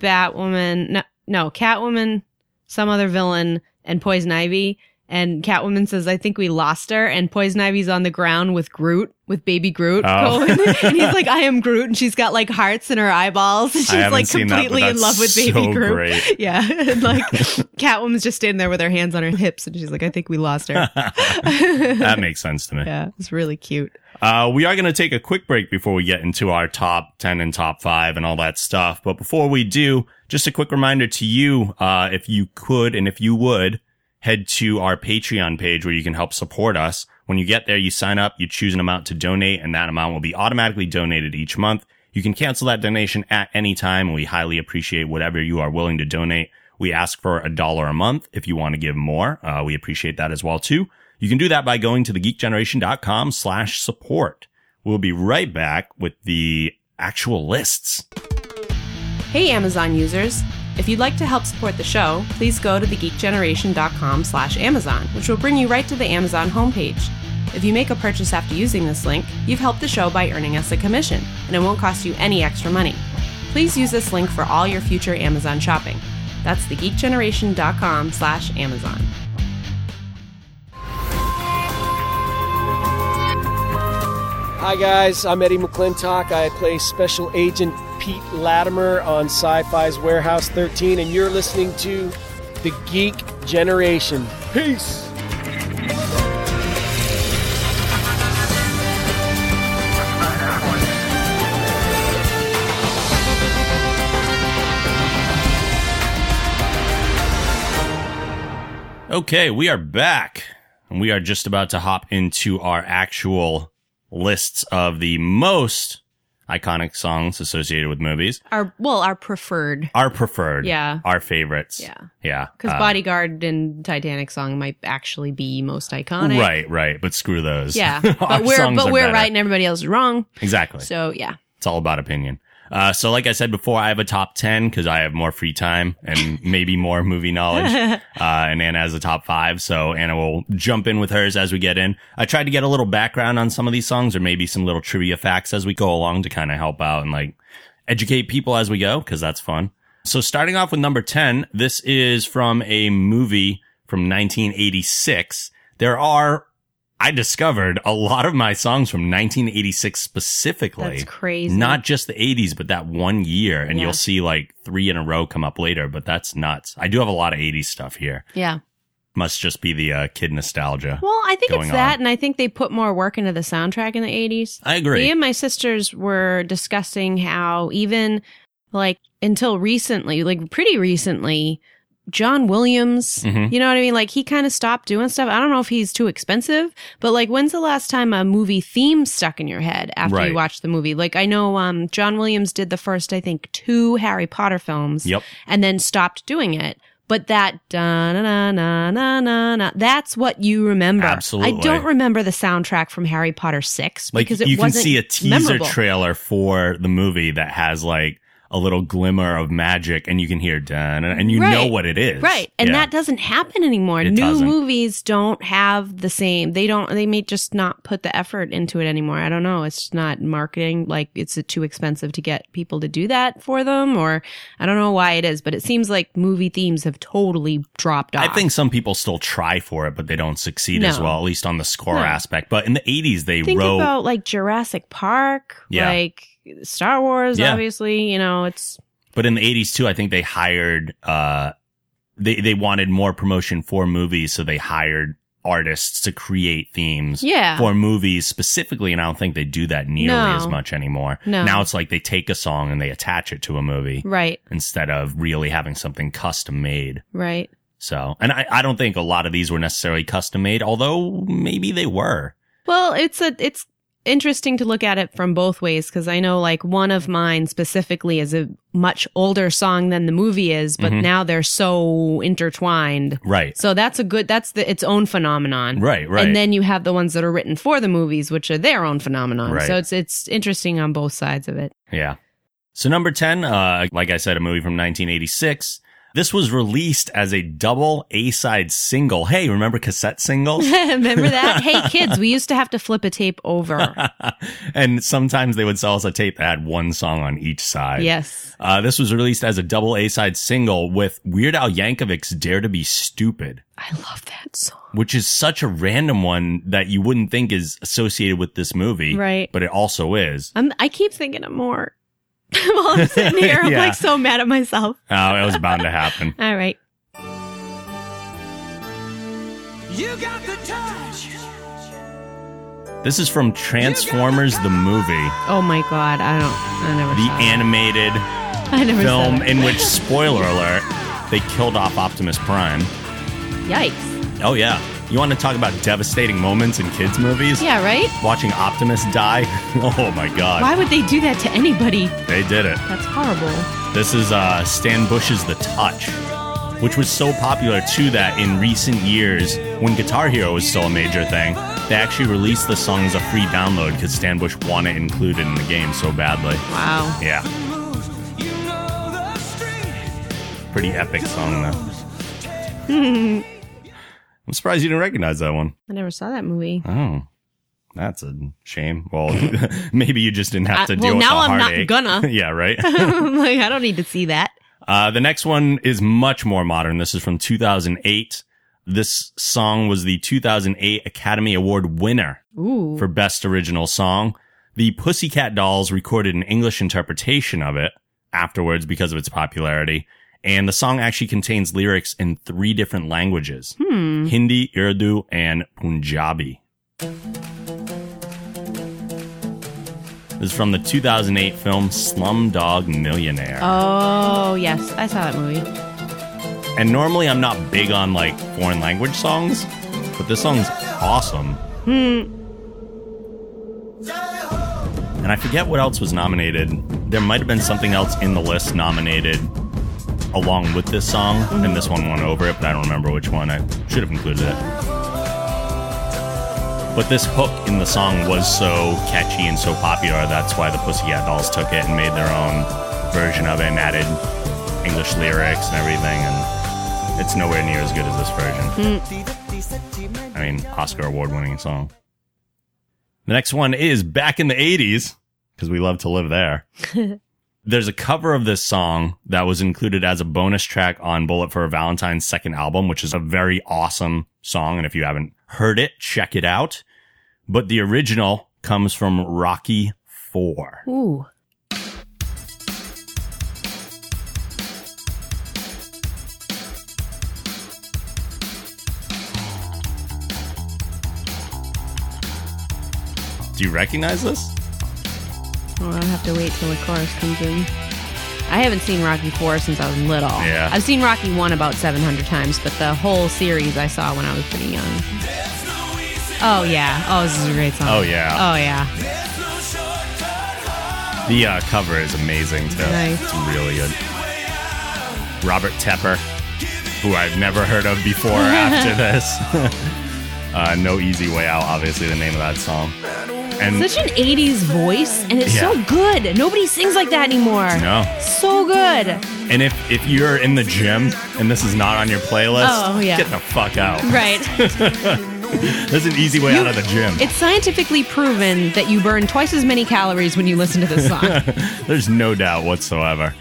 S2: Batwoman, no, no, Catwoman, some other villain, and Poison Ivy. And Catwoman says, "I think we lost her." And Poison Ivy's on the ground with Groot, with baby Groot.
S1: Oh.
S2: going. and he's like, "I am Groot," and she's got like hearts in her eyeballs. And she's
S1: haven't
S2: like
S1: seen that, but
S2: completely in
S1: that's
S2: love with baby
S1: so
S2: Groot.
S1: great.
S2: Yeah, and like Catwoman's just standing there with her hands on her hips, and she's like, "I think we lost her."
S1: That makes sense to me.
S2: Yeah, it's really cute.
S1: Uh, we are going to take a quick break before we get into our top 10 and top 5 and all that stuff. But before we do, just a quick reminder to you, uh, if you could and if you would, head to our Patreon page where you can help support us. When you get there, you sign up, you choose an amount to donate, and that amount will be automatically donated each month. You can cancel that donation at any time, and we highly appreciate whatever you are willing to donate. We ask for a dollar a month if you want to give more. Uh, we appreciate that as well too. You can do that by going to thegeekgeneration.com slash support. We'll be right back with the actual lists.
S2: Hey Amazon users! If you'd like to help support the show, please go to thegeekgeneration.com slash Amazon, which will bring you right to the Amazon homepage. If you make a purchase after using this link, you've helped the show by earning us a commission, and it won't cost you any extra money. Please use this link for all your future Amazon shopping. That's thegeekgeneration.com slash Amazon.
S4: Hi, guys. I'm Eddie McClintock. I play Special Agent Pete Latimer on Sci Fi's Warehouse 13, and you're listening to The Geek Generation. Peace.
S1: Okay, we are back, and we are just about to hop into our actual lists of the most iconic songs associated with movies.
S2: Our well, our preferred.
S1: Our preferred,
S2: Yeah.
S1: our favorites,
S2: Yeah.
S1: yeah.
S2: Because
S1: Uh,
S2: Bodyguard and Titanic song might actually be most iconic.
S1: right, right. But screw those.
S2: Yeah.
S1: Our
S2: But we're
S1: songs
S2: but
S1: are
S2: we're
S1: better.
S2: right and everybody else is wrong.
S1: Exactly.
S2: So yeah.
S1: It's all about opinion. Uh, so like I said before, I have a top 10 cause I have more free time and maybe more movie knowledge. Uh, and Anna has a top five. So Anna will jump in with hers as we get in. I tried to get a little background on some of these songs or maybe some little trivia facts as we go along to kind of help out and like educate people as we go. Cause that's fun. So starting off with number 10, this is from a movie from 1986. There are I discovered a lot of my songs from 1986 specifically.
S2: That's crazy.
S1: Not just the 80s, but that one year. And
S2: Yeah.
S1: you'll see like three in a row come up later, but that's nuts. I do have a lot of 80s stuff here.
S2: Yeah.
S1: Must just be the uh, kid nostalgia.
S2: Well, I think
S1: going
S2: it's that,
S1: on.
S2: and I think they put more work into the soundtrack in the eighties.
S1: I agree.
S2: Me and my sisters were discussing how even like until recently, like pretty recently, John Williams,
S1: Mhm.
S2: you know what I mean? Like he kind of stopped doing stuff. I don't know if he's too expensive, but like when's the last time a movie theme stuck in your head after
S1: Right.
S2: you watched the movie? Like I know um John Williams did the first, I think, two Harry Potter films
S1: Yep.
S2: and then stopped doing it. But that da na na na na na na that's what you remember.
S1: Absolutely.
S2: I don't remember the soundtrack from Harry Potter six
S1: Like
S2: because it
S1: you can
S2: wasn't
S1: see a teaser
S2: memorable.
S1: trailer for the movie that has like a little glimmer of magic and you can hear dun and you know
S2: Right.
S1: what it is.
S2: Right. And
S1: Yeah.
S2: that doesn't happen anymore.
S1: It
S2: New
S1: doesn't.
S2: movies don't have the same. They don't, they may just not put the effort into it anymore. I don't know. It's just not marketing. Like it's too expensive to get people to do that for them or I don't know why it is, but it seems like movie themes have totally dropped off.
S1: I think some people still try for it, but they don't succeed as
S2: No.
S1: well, at least on the score
S2: No.
S1: aspect. But in the 80s, they
S2: Think
S1: wrote.
S2: about like Jurassic Park,
S1: Yeah.
S2: like Star Wars,
S1: Yeah.
S2: obviously, you know, it's
S1: but in the 80s, too, I think they hired, uh, they, they wanted more promotion for movies, so they hired artists to create themes
S2: yeah.
S1: for movies specifically. And I don't think they do that nearly
S2: No.
S1: as much anymore.
S2: No.
S1: Now it's like they take a song and they attach it to a movie
S2: right,
S1: instead of really having something custom made.
S2: right.
S1: So, and I, I don't think a lot of these were necessarily custom made, although maybe they were.
S2: Well, it's a it's interesting to look at it from both ways because I know like one of mine specifically is a much older song than the movie is, but
S1: Mhm.
S2: now they're so intertwined.
S1: Right.
S2: So that's a good that's the its own phenomenon.
S1: Right. Right.
S2: And then you have the ones that are written for the movies, which are their own phenomenon.
S1: Right.
S2: So it's it's interesting on both sides of it.
S1: Yeah. So number 10, uh, like I said, a movie from 1986. This was released as a double A-side single. Hey, remember cassette singles?
S2: Remember that? hey kids, we used to have to flip a tape over.
S1: and sometimes they would sell us a tape that had one song on each side.
S2: yes.
S1: Uh, this was released as a double A-side single with Weird Al Yankovic's Dare to Be Stupid,
S2: I love that song.
S1: which is such a random one that you wouldn't think is associated with this movie.
S2: Right.
S1: But it also is.
S2: I'm, I keep thinking of more while I'm sitting here. I'm
S1: Yeah.
S2: like so mad at myself.
S1: Uh, it was bound to happen.
S2: All right.
S3: You got the touch.
S1: This is from Transformers the movie.
S2: Oh my god, I don't. I never.
S1: the
S2: saw that.
S1: animated
S2: I never
S1: film
S2: Saw that.
S1: in which, spoiler alert, they killed off Optimus Prime.
S2: Yikes.
S1: Oh, yeah. You want to talk about devastating moments in kids' movies?
S2: Yeah. Right.
S1: Watching Optimus die? Oh, my God.
S2: Why would they do that to anybody?
S1: They did it.
S2: That's horrible.
S1: This is uh, Stan Bush's The Touch. which was so popular too that in recent years, when Guitar Hero was still a major thing, they actually released the song as a free download because Stan Bush wanted it included in the game so badly.
S2: Wow.
S1: Yeah, pretty epic song though. I'm surprised you didn't recognize that one.
S2: I never saw that movie.
S1: Oh, that's a shame. Well, maybe you just didn't have
S2: I-
S1: to deal
S2: well,
S1: with
S2: now
S1: the
S2: I'm not
S1: heartache.
S2: gonna.
S1: yeah, right.
S2: I'm like, I don't need to see that.
S1: Uh, the next one is much more modern. This is from 2008. This song was the 2008 Academy Award winner
S2: Ooh.
S1: for Best Original Song. The Pussycat Dolls recorded an English interpretation of it afterwards because of its popularity. And the song actually contains lyrics in three different languages.
S2: hmm.
S1: Hindi, Urdu, and Punjabi. This is from the 2008 film Slumdog Millionaire.
S2: Oh yes, I saw that movie.
S1: And normally I'm not big on like foreign language songs, but this song's awesome.
S2: Hmm.
S1: And I forget what else was nominated. There might have been something else in the list nominated along with this song, and this one won over it, but I don't remember which one. I should have included it. But this hook in the song was so catchy and so popular, that's why the Pussycat Dolls took it and made their own version of it and added English lyrics and everything, and it's nowhere near as good as this version. I mean, Oscar award winning song. The next one is back in the 80s, because we love to live there. There's a cover of this song that was included as a bonus track on Bullet for Valentine's second album, which is a very awesome song. And if you haven't heard it, check it out. But the original comes from Rocky Four.
S2: Ooh.
S1: Do you recognize this?
S2: Well, I'll have to wait till the chorus comes in. I haven't seen Rocky Four since I was little.
S1: Yeah.
S2: I've seen Rocky One about 700 times, but the whole series I saw when I was pretty young. Oh yeah. Oh, this is a great song.
S1: Oh, yeah.
S2: Oh yeah.
S1: The uh, cover is amazing too.
S2: Nice.
S1: It's really good. Robert Tepper, who I've never heard of before or after this. uh, no easy way out, obviously the name of that song. And
S2: Such an 80s voice, and it's
S1: Yeah.
S2: so good. Nobody sings like that anymore.
S1: no,
S2: So good.
S1: and if if you're in the gym and this is not on your playlist,
S2: Oh, yeah.
S1: get the fuck out.
S2: Right.
S1: There's an easy way out of the gym.
S2: It's scientifically proven that you burn twice as many calories when you listen to this song.
S1: There's no doubt whatsoever.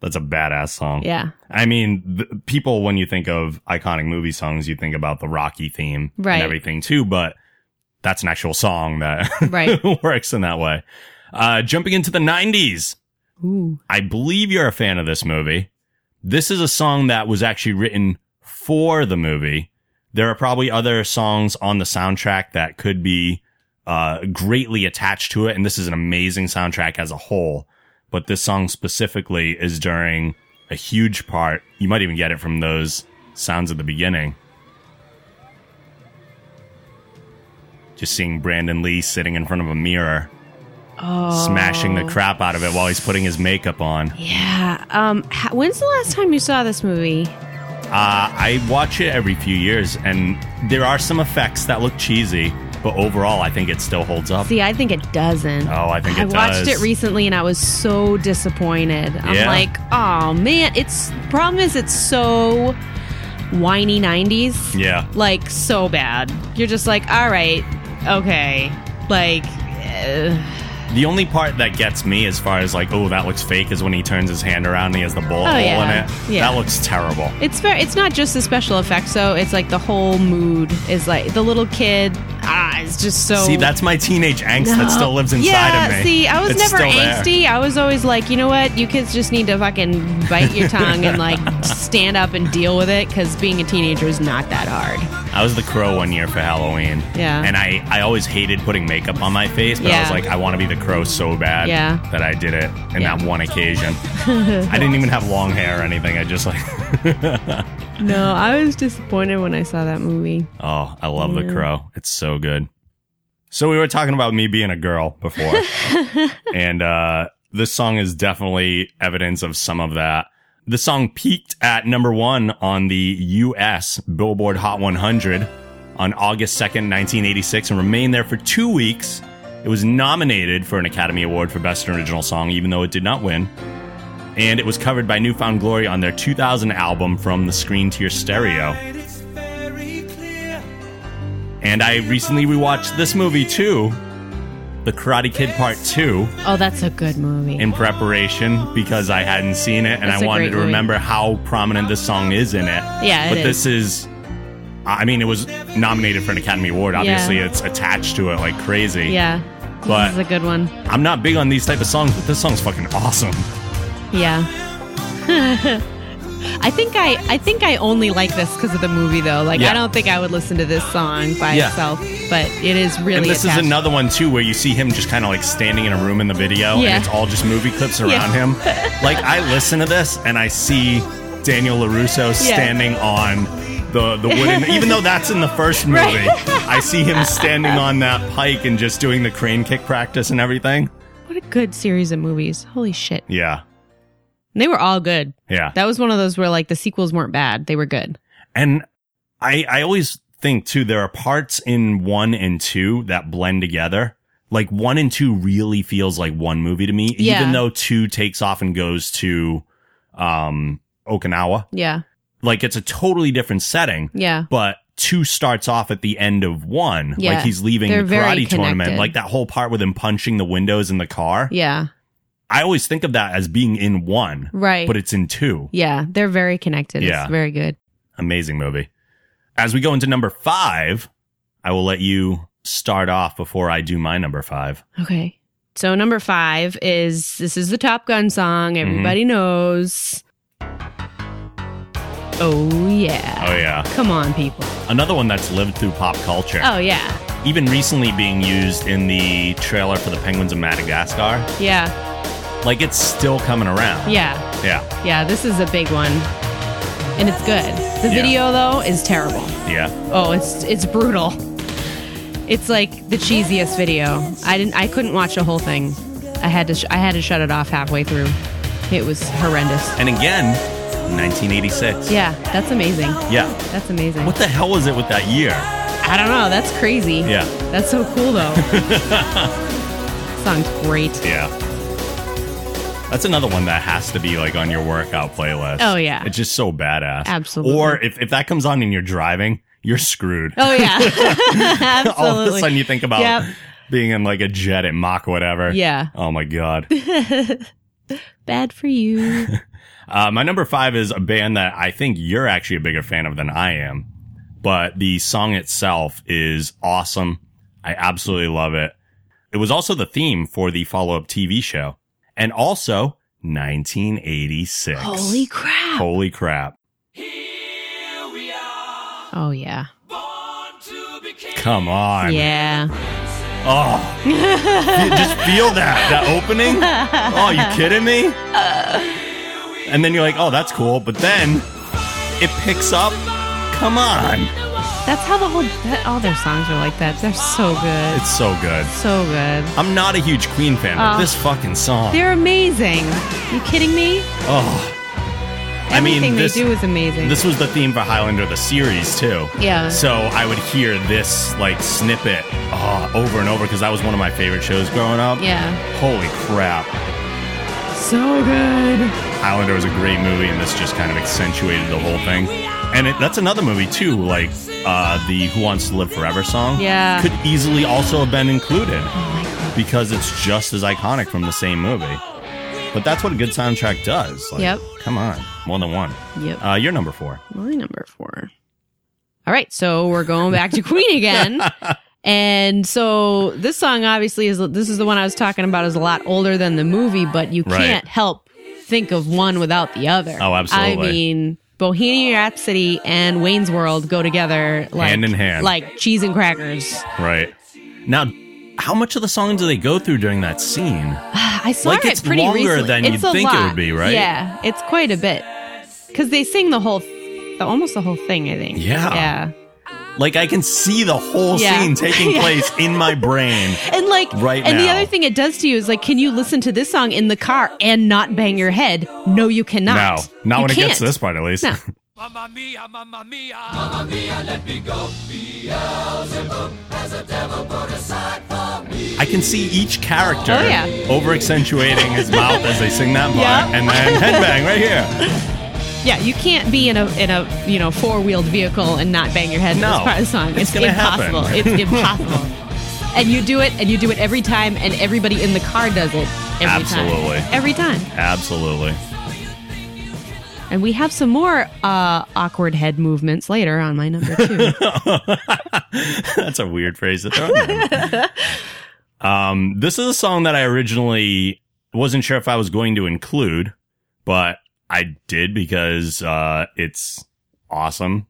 S1: That's a badass song.
S2: yeah.
S1: I mean, th- people, when you think of iconic movie songs, you think about the Rocky theme
S2: Right.
S1: and everything too, but that's an actual song that
S2: Right.
S1: works in that way. Uh, jumping into the 90s,
S2: Ooh.
S1: I believe you're a fan of this movie. This is a song that was actually written for the movie. There are probably other songs on the soundtrack that could be uh, greatly attached to it, and this is an amazing soundtrack as a whole. But this song specifically is during a huge part. You might even get it from those sounds at the beginning. Just seeing Brandon Lee sitting in front of a mirror,
S2: Oh.
S1: smashing the crap out of it while he's putting his makeup on.
S2: Yeah. Um. ha- When's the last time you saw this movie?
S1: Uh, I watch it every few years, and there are some effects that look cheesy, but overall, I think it still holds up.
S2: See, I think it doesn't.
S1: Oh, I think it
S2: I watched
S1: does.
S2: it recently and I was so disappointed. I'm
S1: Yeah.
S2: like, oh man, it's problem is it's so whiny '90s.
S1: yeah,
S2: Like so bad. You're just like, all right, okay, like. eh.
S1: the only part that gets me as far as like, oh, that looks fake, is when he turns his hand around and he has the bullet
S2: Oh,
S1: hole in
S2: yeah.
S1: it.
S2: Yeah.
S1: That looks terrible.
S2: It's fair. It's not just the special effects, though. It's like the whole mood is like the little kid. Ah, it's just so.
S1: see, that's my teenage angst
S2: No.
S1: that still lives inside
S2: yeah,
S1: of me.
S2: See, I was
S1: It's
S2: never
S1: still there.
S2: angsty. I was always like, you know what? You kids just need to fucking bite your tongue and like stand up and deal with it because being a teenager is not that hard.
S1: I was the crow one year for Halloween.
S2: Yeah.
S1: And I, I always hated putting makeup on my face, but I was
S2: Yeah.
S1: like, I want to be the crow so bad
S2: Yeah.
S1: that I did it in
S2: Yeah.
S1: that one occasion. I didn't even have long hair or anything. I just like,
S2: No, I was disappointed when I saw that movie.
S1: oh, I love
S2: Yeah.
S1: the crow. It's so good. So we were talking about me being a girl before. and uh, this song is definitely evidence of some of that. The song peaked at number one on the US Billboard Hot 100 on August 2nd, 1986, and remained there for two weeks. It was nominated for an Academy Award for Best Original Song, even though it did not win. And it was covered by Newfound Glory on their 2000 album, From the Screen to Your Stereo.
S3: It's very clear.
S1: And I recently rewatched this movie too, The Karate Kid Part 2,
S2: Oh, that's a good movie.
S1: in preparation because I hadn't seen it and
S2: That's
S1: I
S2: a
S1: wanted
S2: great
S1: to
S2: movie.
S1: remember how prominent this song is in it.
S2: yeah,
S1: but
S2: it is.
S1: this is I mean it was nominated for an Academy Award. Obviously
S2: Yeah.
S1: it's attached to it like crazy.
S2: yeah,
S1: But-
S2: this is a good one.
S1: I'm not big on these type of songs, but this song's fucking awesome.
S2: Yeah. I think I I think I only like this because of the movie though. Like
S1: Yeah.
S2: I don't think I would listen to this song by
S1: Yeah.
S2: itself, but it is really.
S1: and this
S2: attached-
S1: is another one too where you see him just kind of like standing in a room in the video
S2: Yeah.
S1: and it's all just movie clips around
S2: Yeah.
S1: him. Like I listen to this and I see Daniel LaRusso standing on the the wooden even though that's in the first movie. I see him standing on that pike and just doing the crane kick practice and everything.
S2: What a good series of movies! Holy shit,
S1: Yeah.
S2: And they were all good.
S1: Yeah.
S2: That was one of those where like the sequels weren't bad; they were good.
S1: And I I always think too there are parts in 1 and 2 that blend together. Like 1 and 2 really feels like one movie to me
S2: Yeah.
S1: even though 2 takes off and goes to um Okinawa.
S2: Yeah,
S1: Like it's a totally different setting,
S2: yeah,
S1: but 2 starts off at the end of 1.
S2: Yeah.
S1: Like he's leaving
S2: They're
S1: the
S2: very
S1: karate tournament,
S2: connected.
S1: like that whole part with him punching the windows in the car.
S2: yeah.
S1: I always think of that as being in 1,
S2: Right.
S1: but it's in 2.
S2: yeah, they're very connected.
S1: Yeah.
S2: It's very good.
S1: Amazing movie. As we go into number five, I will let you start off before I do my number five.
S2: Okay. So number five is this is the Top Gun song.
S1: Mm-hmm.
S2: Everybody knows. Oh yeah.
S1: Oh, yeah.
S2: Come on, people.
S1: Another one that's lived through pop culture,
S2: Oh yeah.
S1: even recently being used in the trailer for the Penguins of Madagascar.
S2: Yeah.
S1: Like, it's still coming around.
S2: Yeah.
S1: Yeah.
S2: Yeah. This is a big one. And it's good. The
S1: Yeah.
S2: video though is terrible.
S1: Yeah.
S2: Oh, it's it's brutal. It's like the cheesiest video. I didn't I couldn't watch the whole thing. I had to sh- I had to shut it off halfway through. It was horrendous.
S1: And again, 1986.
S2: Yeah, that's amazing.
S1: Yeah.
S2: That's amazing.
S1: What the hell was it with that year?
S2: I don't know. That's crazy.
S1: Yeah.
S2: That's so cool, though. Song's great.
S1: Yeah. That's another one that has to be like on your workout playlist.
S2: Oh, yeah.
S1: It's just so badass.
S2: Absolutely.
S1: Or if, if that comes on and you're driving, you're screwed.
S2: Oh yeah, absolutely.
S1: All of a sudden you think about
S2: Yep.
S1: being in like a jet at Mach whatever.
S2: Yeah.
S1: Oh my God.
S2: Bad for you.
S1: Uh, my number five is a band that I think you're actually a bigger fan of than I am, but the song itself is awesome. I absolutely love it. It was also the theme for the follow up TV show and also 1986.
S2: Holy crap.
S1: Holy crap.
S3: Here we are,
S2: Oh yeah.
S3: born to be kings.
S1: Come on.
S2: Yeah.
S1: Oh, You just feel that, that opening. Oh, you kidding me?
S2: Uh.
S1: And then you're like, oh, that's cool. But then it picks up. Come on.
S2: That's how the whole that, all their songs are like that. They're so good.
S1: It's so good.
S2: So good.
S1: I'm not a huge Queen fan, but
S2: Oh.
S1: this fucking song.
S2: They're amazing. you kidding me?
S1: Oh, I mean,
S2: Everything
S1: this-
S2: they do is amazing.
S1: this was the theme for Highlander the series too.
S2: Yeah.
S1: So I would hear this like snippet oh, over and over because that was one of my favorite shows growing up.
S2: yeah.
S1: Holy crap.
S2: So good.
S1: Highlander was a great movie, and this just kind of accentuated the whole thing. And it, that's another movie too, like uh, the "Who Wants to Live Forever" song.
S2: Yeah. Oh
S1: could easily also have been included because it's just as iconic from the same movie. But that's what a good soundtrack does. Like,
S2: Yep.
S1: Come on, more than one.
S2: Yep.
S1: Uh, you're number four.
S2: My number four. All right, so we're going back to Queen again. And so this song obviously is this is the one I was talking about is a lot older than the movie, but you
S1: Right.
S2: can't help think of one without the other.
S1: Oh, absolutely.
S2: I mean, Bohemian Rhapsody and Wayne's World go together like
S1: Hand in hand.
S2: like cheese and crackers.
S1: Right. Now, how much of the song do they go through during that scene?
S2: I saw
S1: Like,
S2: it
S1: it's
S2: pretty
S1: longer
S2: recently.
S1: than you'd
S2: It's a
S1: think it would
S2: lot.
S1: be, right?
S2: Yeah, it's quite a bit because they sing the whole, the, almost the whole thing. I think.
S1: Yeah.
S2: Yeah.
S1: Like I can see the whole
S2: Yeah.
S1: scene taking
S2: Yeah.
S1: place in my brain.
S2: And like,
S1: Right
S2: and the
S1: now.
S2: other thing it does to you is like, can you listen to this song in the car and not bang your head? No, you cannot.
S1: No, not
S2: You
S1: when it
S2: can't.
S1: gets to this part, at least.
S2: No.
S3: Mamma mia, mamma mia.
S1: I can see each character
S2: Oh, yeah.
S1: over accentuating his mouth as they sing that part,
S2: Yeah.
S1: and then headbang right here.
S2: Yeah, you can't be in a in a you know four wheeled vehicle and not bang your head.
S1: No,
S2: No, part of the song.
S1: it's
S2: It's,
S1: gonna happen.
S2: impossible. It's impossible. And you do it, and you do it every time, and everybody in the car does it every
S1: Absolutely.
S2: time. Every time.
S1: Absolutely.
S2: And we have some more uh, awkward head movements later on my number two.
S1: That's a weird phrase to throw. in. um, this is a song that I originally wasn't sure if I was going to include, but I did because uh, it's awesome.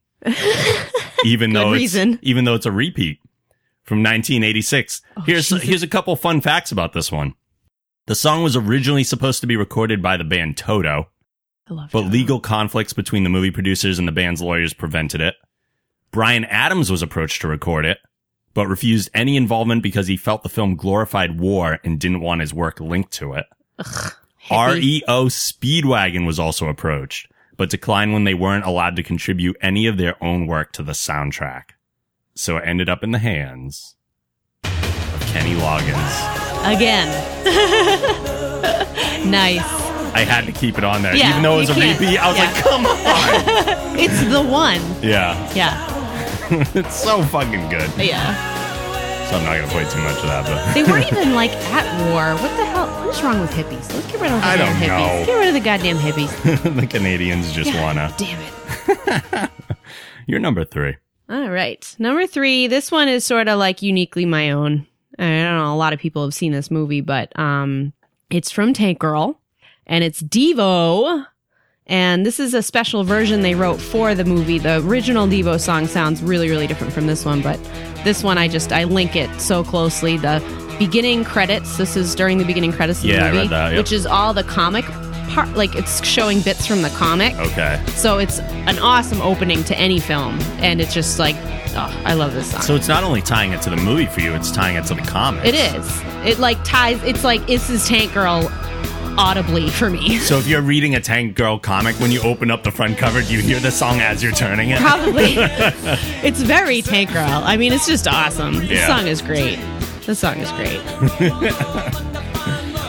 S1: even though
S2: reason.
S1: it's even though it's a repeat from 1986. here's
S2: Oh, Jesus.
S1: here's a couple fun facts about this one. The song was originally supposed to be recorded by the band Toto,
S2: I love
S1: but
S2: Toto.
S1: legal conflicts between the movie producers and the band's lawyers prevented it. Brian Adams was approached to record it, but refused any involvement because he felt the film glorified war and didn't want his work linked to it.
S2: Hippie.
S1: REO Speedwagon was also approached, but declined when they weren't allowed to contribute any of their own work to the soundtrack. So it ended up in the hands of Kenny Loggins.
S2: again. nice.
S1: I had to keep it on there.
S2: Yeah,
S1: Even though it was a
S2: you can't.
S1: repeat, I was
S2: Yeah.
S1: like, come on.
S2: It's the one.
S1: yeah.
S2: Yeah.
S1: It's so fucking good.
S2: Yeah.
S1: So I'm not gonna play too much of that, but
S2: They weren't even like at war. What the hell? What's wrong with hippies? Let's get rid of the
S1: I
S2: damn
S1: don't
S2: hippies.
S1: know.
S2: Get rid of the goddamn hippies.
S1: the Canadians just wanna.
S2: Damn it.
S1: You're number three.
S2: All right. Number three. This one is sort of like uniquely my own. I don't know. A lot of people have seen this movie, but um, it's from Tank Girl and it's Devo. And this is a special version they wrote for the movie. The original Devo song sounds really, really different from this one, but this one I just I link it so closely. The beginning credits. This is during the beginning credits of
S1: Yeah, I
S2: the movie,
S1: read that, yep.
S2: which is all the comic part. Like it's showing bits from the comic.
S1: Okay.
S2: So it's an awesome opening to any film, and it's just like, oh, I love this song.
S1: So it's not only tying it to the movie for you, it's tying it to the comics.
S2: it is. It like ties. It's like this is Tank Girl audibly for me.
S1: So if you're reading a Tank Girl comic, when you open up the front cover, do you hear the song as you're turning it?
S2: Probably. it's very Tank Girl. I mean, it's just awesome. This
S1: Yeah.
S2: song is great. This song is great.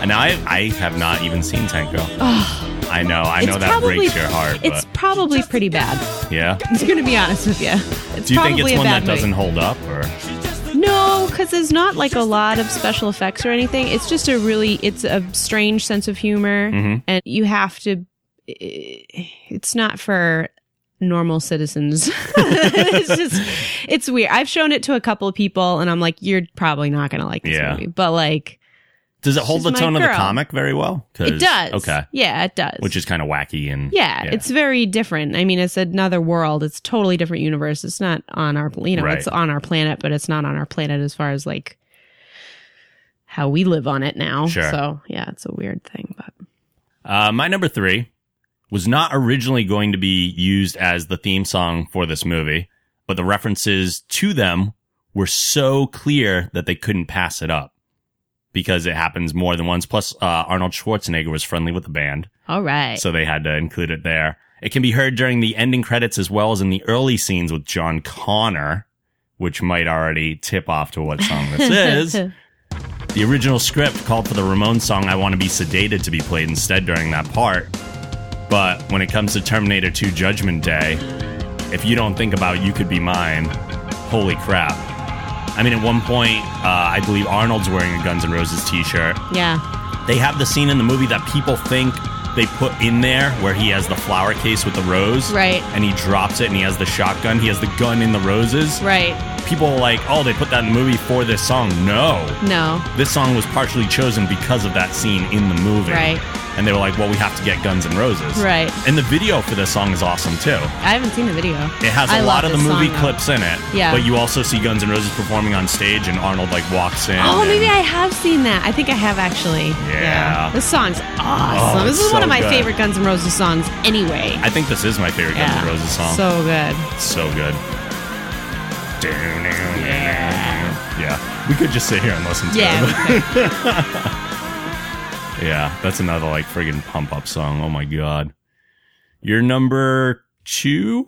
S1: And I, I have not even seen Tank Girl. I know, I know that breaks your heart.
S2: It's probably pretty bad.
S1: but yeah.
S2: I'm just gonna be honest with you. It's
S1: Do you
S2: probably
S1: think it's
S2: a
S1: one that
S2: bad movie.
S1: doesn't hold up, or
S2: No, because there's not like a lot of special effects or anything. It's just a really, it's a strange sense of humor,
S1: Mm-hmm.
S2: and you have to. It's not for normal citizens. it's just, it's weird. I've shown it to a couple of people, and I'm like, you're probably not gonna like this
S1: Yeah.
S2: movie, but like,
S1: does it hold
S2: She's
S1: the
S2: my
S1: tone of the
S2: girl.
S1: comic very well? 'Cause-
S2: it does.
S1: Okay,
S2: yeah, it does.
S1: which is kind of wacky and
S2: yeah, it's very different. I mean, it's another world. It's a totally different universe. It's not on our, you know,
S1: Right.
S2: it's on our planet, but it's not on our planet as far as like how we live on it now.
S1: Sure.
S2: So yeah, it's a weird thing, but
S1: Uh, my number three was not originally going to be used as the theme song for this movie, but the references to them were so clear that they couldn't pass it up because it happens more than once. Plus, uh, Arnold Schwarzenegger was friendly with the band,
S2: all right.
S1: so they had to include it there. It can be heard during the ending credits as well as in the early scenes with John Connor, which might already tip off to what song this is. The original script called for the Ramones song I Want to Be Sedated to be played instead during that part. But when it comes to Terminator 2 Judgment Day, if you don't think about You Could Be Mine, holy crap. I mean, at one point, uh, I believe Arnold's wearing a Guns N' Roses t shirt.
S2: yeah.
S1: They have the scene in the movie that people think they put in there where he has the flower case with the rose.
S2: Right.
S1: And he drops it and he has the shotgun. He has the gun in the roses.
S2: Right.
S1: People are like, oh, they put that in the movie for this song. No.
S2: No.
S1: This song was partially chosen because of that scene in the movie.
S2: Right.
S1: And they were like, well, we have to get Guns N' Roses.
S2: Right.
S1: And the video for this song is awesome, too.
S2: I haven't seen the video.
S1: It has a
S2: a
S1: lot of the movie clips in it.
S2: Yeah.
S1: But you also see Guns N' Roses performing on stage, and Arnold, like, walks in.
S2: Oh, maybe
S1: and-
S2: I have seen that. I think I have actually.
S1: Yeah.
S2: This song's awesome.
S1: Oh,
S2: this
S1: it's
S2: is one
S1: so
S2: of my
S1: good.
S2: favorite Guns N' Roses songs anyway.
S1: I think this is my favorite Guns N' Roses song.
S2: So good.
S1: It's so good. Yeah. Yeah. We could just sit here and listen to
S2: Yeah,
S1: it. yeah. That's another like friggin' pump up song. Oh my God. You're number two?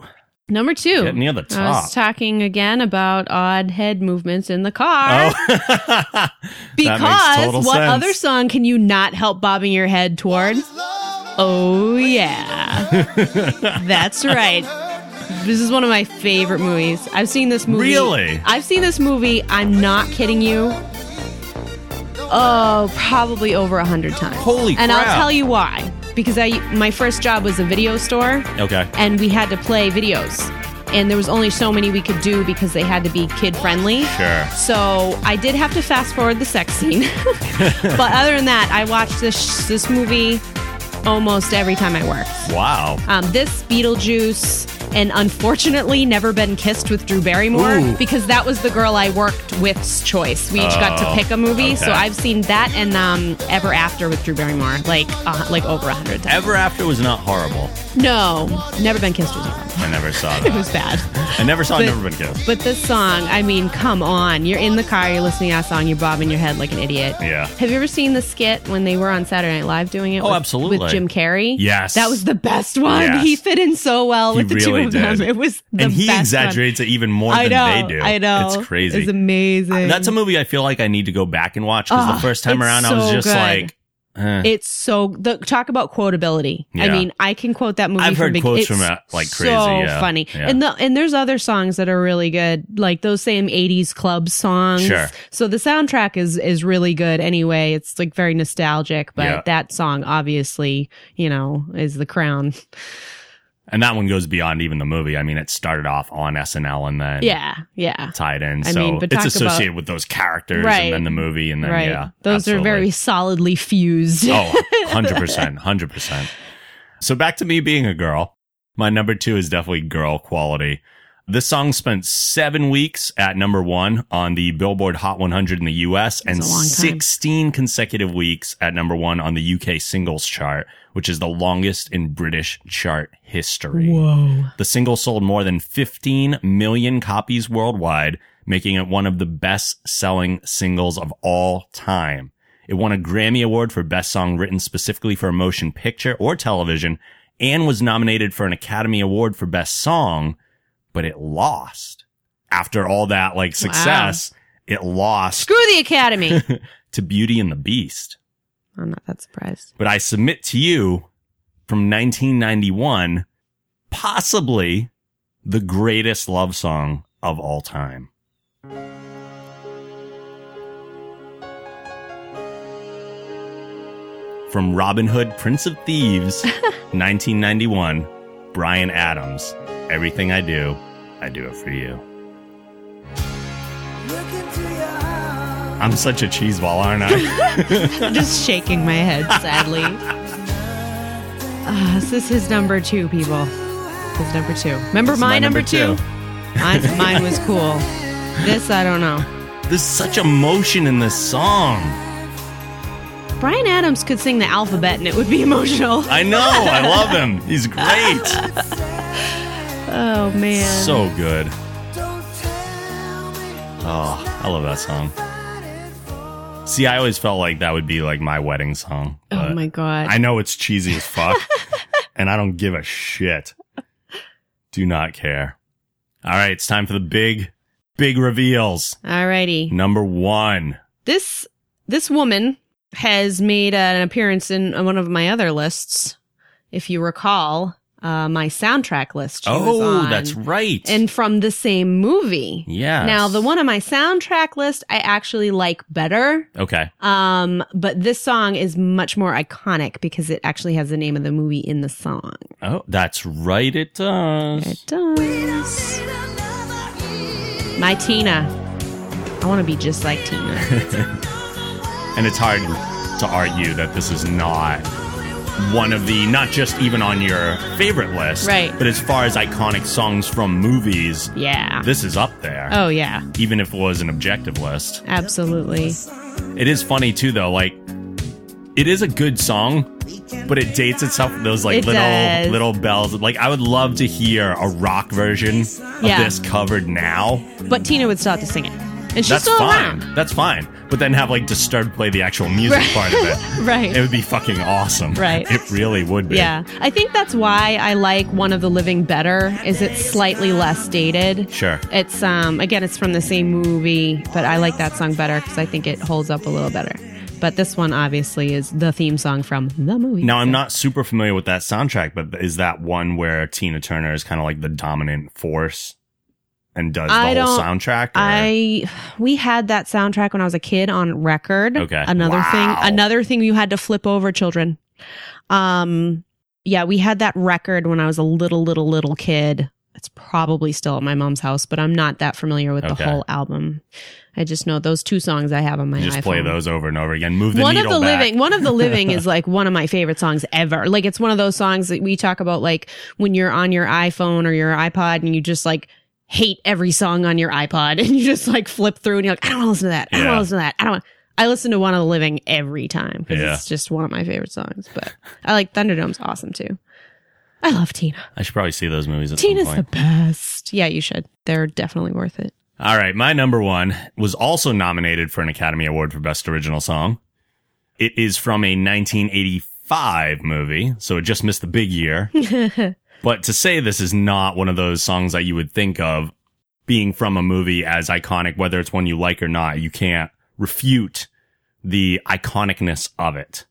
S2: Number two.
S1: Get near the
S2: I
S1: top.
S2: was talking again about odd head movements in the car.
S1: Oh. That makes
S2: because
S1: total
S2: what
S1: sense.
S2: other song can you not help bobbing your head toward? Oh, yeah. That's right. This is one of my favorite movies. I've seen this movie.
S1: Really?
S2: I've seen this movie, I'm not kidding you. Oh, probably over a hundred times.
S1: Holy
S2: And
S1: crap.
S2: I'll tell you why. Because I my first job was a video store
S1: Okay.
S2: and we had to play videos. And there was only so many we could do because they had to be kid friendly.
S1: Sure.
S2: So I did have to fast forward the sex scene. but other than that, I watched this this movie almost every time I worked.
S1: Wow.
S2: Um, this Beetlejuice and unfortunately never been kissed with Drew Barrymore
S1: Ooh.
S2: because that was the girl I worked with's choice. We each got
S1: Oh,
S2: to pick a movie, so
S1: okay.
S2: I've seen that and um, Ever After with Drew Barrymore like uh, like over a hundred times.
S1: Ever After was not horrible.
S2: No, never been kissed was horrible.
S1: I never saw
S2: It
S1: that.
S2: was bad.
S1: I never saw
S2: But-
S1: Never Been Kissed.
S2: But this song, I mean, come on. You're in the car, you're listening to that song, you're bobbing your head like an idiot.
S1: Yeah.
S2: Have you ever seen the skit when they were on Saturday Night Live doing it?
S1: Oh,
S2: with,
S1: absolutely.
S2: With Jim Carrey?
S1: Yes.
S2: That was the best one.
S1: Yes.
S2: He fit in so well
S1: He
S2: with the
S1: really
S2: two of them.
S1: did.
S2: It was the
S1: and he
S2: best
S1: exaggerates it even more
S2: one. I
S1: than
S2: know.
S1: they do.
S2: I know.
S1: It's crazy.
S2: It's amazing.
S1: That's a movie I feel like I need to go back and watch because
S2: Oh,
S1: the first time
S2: it's
S1: around I was
S2: so
S1: just
S2: good.
S1: like, eh.
S2: It's so the talk about quotability. I
S1: Yeah.
S2: mean, I can quote that movie.
S1: I've
S2: from
S1: heard
S2: beg-
S1: quotes
S2: it's
S1: from it like crazy,
S2: So
S1: yeah.
S2: funny,
S1: Yeah.
S2: and the and there's other songs that are really good, like those same '80s club songs.
S1: Sure.
S2: So the soundtrack is is really good. Anyway, it's like very nostalgic, but
S1: Yeah.
S2: that song obviously, you know, is the crown.
S1: and that one goes beyond even the movie. I mean, it started off on SNL and then
S2: Yeah, yeah.
S1: tied in.
S2: I
S1: so
S2: mean, but
S1: it's
S2: talk about-
S1: associated with those characters
S2: Right.
S1: and then the movie and then
S2: right.
S1: yeah,
S2: Those are very solidly fused.
S1: absolutely. oh, 100 percent, hundred percent. So back to me being a girl. My number two is definitely girl quality. This song spent seven weeks at number one on the Billboard Hot 100 in the US and
S2: a long time.
S1: 16 consecutive weeks at number one on the UK singles chart, which is the longest in British chart history.
S2: Whoa.
S1: The single sold more than 15 million copies worldwide, making it one of the best selling singles of all time. It won a Grammy Award for Best Song Written specifically for a motion picture or television and was nominated for an Academy Award for Best Song, but it lost. After all that, like success, it lost
S2: Screw the Academy.
S1: to Beauty and the Beast.
S2: I'm not that surprised.
S1: But I submit to you from 1991, possibly the greatest love song of all time. From Robin Hood, Prince of Thieves, 1991, Brian Adams, Everything I Do, I Do It For You.
S3: Look into your eyes.
S1: I'm such a cheeseball, aren't I?
S2: I'm just shaking my head sadly. Ah, this is his number two, people. His number two. Remember
S1: It's
S2: my,
S1: my number
S2: number, two? Mine, mine was cool. This I don't know.
S1: There's such emotion in this song.
S2: Brian Adams could sing the alphabet and it would be emotional.
S1: I know. I love him. He's great.
S2: Oh man.
S1: so good.
S3: Don't tell me
S1: Oh, I love that song. See, I always felt like that would be like my wedding song.
S2: oh
S1: but
S2: my god.
S1: I know it's cheesy as fuck, and I don't give a shit. Do not care. All right, it's time for the big, big reveals.
S2: Alrighty.
S1: Number one.
S2: This this woman has made an appearance in one of my other lists. If you recall, uh, my soundtrack list. she was
S1: oh,
S2: on.
S1: that's right.
S2: and from the same movie.
S1: yeah.
S2: Now, the one on my soundtrack list I actually like better.
S1: Okay.
S2: Um, but this song is much more iconic because it actually has the name of the movie in the song.
S1: Oh, that's right. It does.
S2: It does. My Tina. I want to be just like Tina.
S1: And it's hard to argue that this is not one of the, not just even on your favorite list,
S2: Right.
S1: But as far as iconic songs from movies,
S2: Yeah.
S1: this is up there.
S2: Oh, yeah.
S1: Even if it was an objective list,
S2: Absolutely.
S1: it is funny too, though. Like, it is a good song, but it dates itself with those like
S2: It
S1: little
S2: does.
S1: little bells. Like I would love to hear a rock version of
S2: Yeah.
S1: this covered now.
S2: But Tina would still have to sing it. And she's
S1: That's
S2: still
S1: fine.
S2: around.
S1: That's fine. But then have like Disturbed play the actual music
S2: Right.
S1: part of it.
S2: Right.
S1: It would be fucking awesome.
S2: Right.
S1: It really would be.
S2: yeah. I think that's why I like One of the Living better is it's slightly less dated.
S1: Sure.
S2: It's um again it's from the same movie, but I like that song better cuz I think it holds up a little better. But this one obviously is the theme song from the movie.
S1: Now I'm not super familiar with that soundtrack, but is that one where Tina Turner is kind of like the dominant force and does
S2: I
S1: the whole
S2: don't-
S1: soundtrack? or-
S2: I we had that soundtrack when I was a kid on record.
S1: Okay.
S2: Another
S1: Wow.
S2: thing, another thing you had to flip over, children. Um, yeah, we had that record when I was a little, little, little kid. It's probably still at my mom's house, but I'm not that familiar with
S1: Okay.
S2: the whole album. I just know those two songs I have on my
S1: You just
S2: iPhone.
S1: play those over and over again. Move the
S2: one of
S1: needle
S2: the
S1: back.
S2: living, one of the living is like one of my favorite songs ever. Like it's one of those songs that we talk about, like when you're on your iPhone or your iPod and you just like hate every song on your iPod and you just like flip through and you're like, I don't want to listen to that. I don't want
S1: Yeah.
S2: to listen to that. I don't. Want. I listen to one of the living every time because
S1: Yeah.
S2: it's just one of my favorite songs. But I like Thunderdome's awesome too. I love Tina.
S1: I should probably see those movies at
S2: Tina's
S1: some
S2: the
S1: point.
S2: best. Yeah, you should. They're definitely worth it.
S1: All right, my number one was also nominated for an Academy Award for Best Original Song. It is from a 1985 movie, so it just missed the big year. but to say this is not one of those songs that you would think of being from a movie as iconic, whether it's one you like or not, you can't refute the iconicness of it.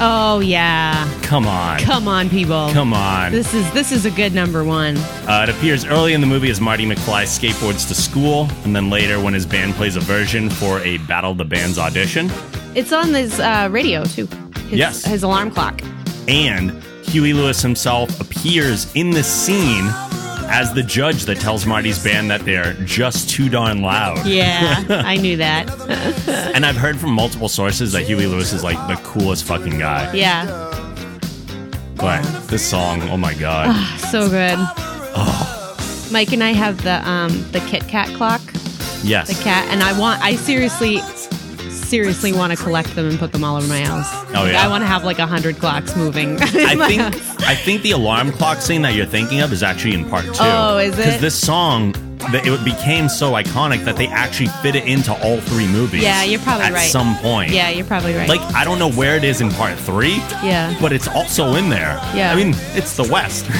S2: Oh yeah,
S1: Come on.
S2: come on, people.
S1: Come on.
S2: This is this is a good number one.
S1: Uh, it appears early in the movie as Marty McFly skateboards to school, and then later when his band plays a version for a Battle the Bands audition.
S2: It's on his uh, radio too. His,
S1: Yes.
S2: His alarm clock.
S1: And Huey Lewis himself appears in this scene as the judge that tells Marty's band that they're just too darn loud.
S2: Yeah, I knew that.
S1: And I've heard from multiple sources that Huey Lewis is like the coolest fucking guy.
S2: yeah,
S1: But this song, oh my god.
S2: so good.
S1: Oh.
S2: Mike and I have the um, the Kit Kat clock, the
S1: yes.
S2: cat, and I want. I seriously, seriously want to collect them and put them all over my house.
S1: Oh,
S2: Like,
S1: yeah.
S2: I want to have like a hundred clocks moving. in
S1: I
S2: my
S1: think
S2: house.
S1: I think the alarm clock scene that you're thinking of is actually in part two.
S2: Oh, is it?
S1: Because this song, that it became so iconic that they actually fit it into all three movies.
S2: Yeah, you're probably
S1: at
S2: right.
S1: At some point.
S2: Yeah, you're probably right.
S1: Like I don't know where it is in part three.
S2: Yeah.
S1: But it's also in there.
S2: Yeah.
S1: I mean, it's the West.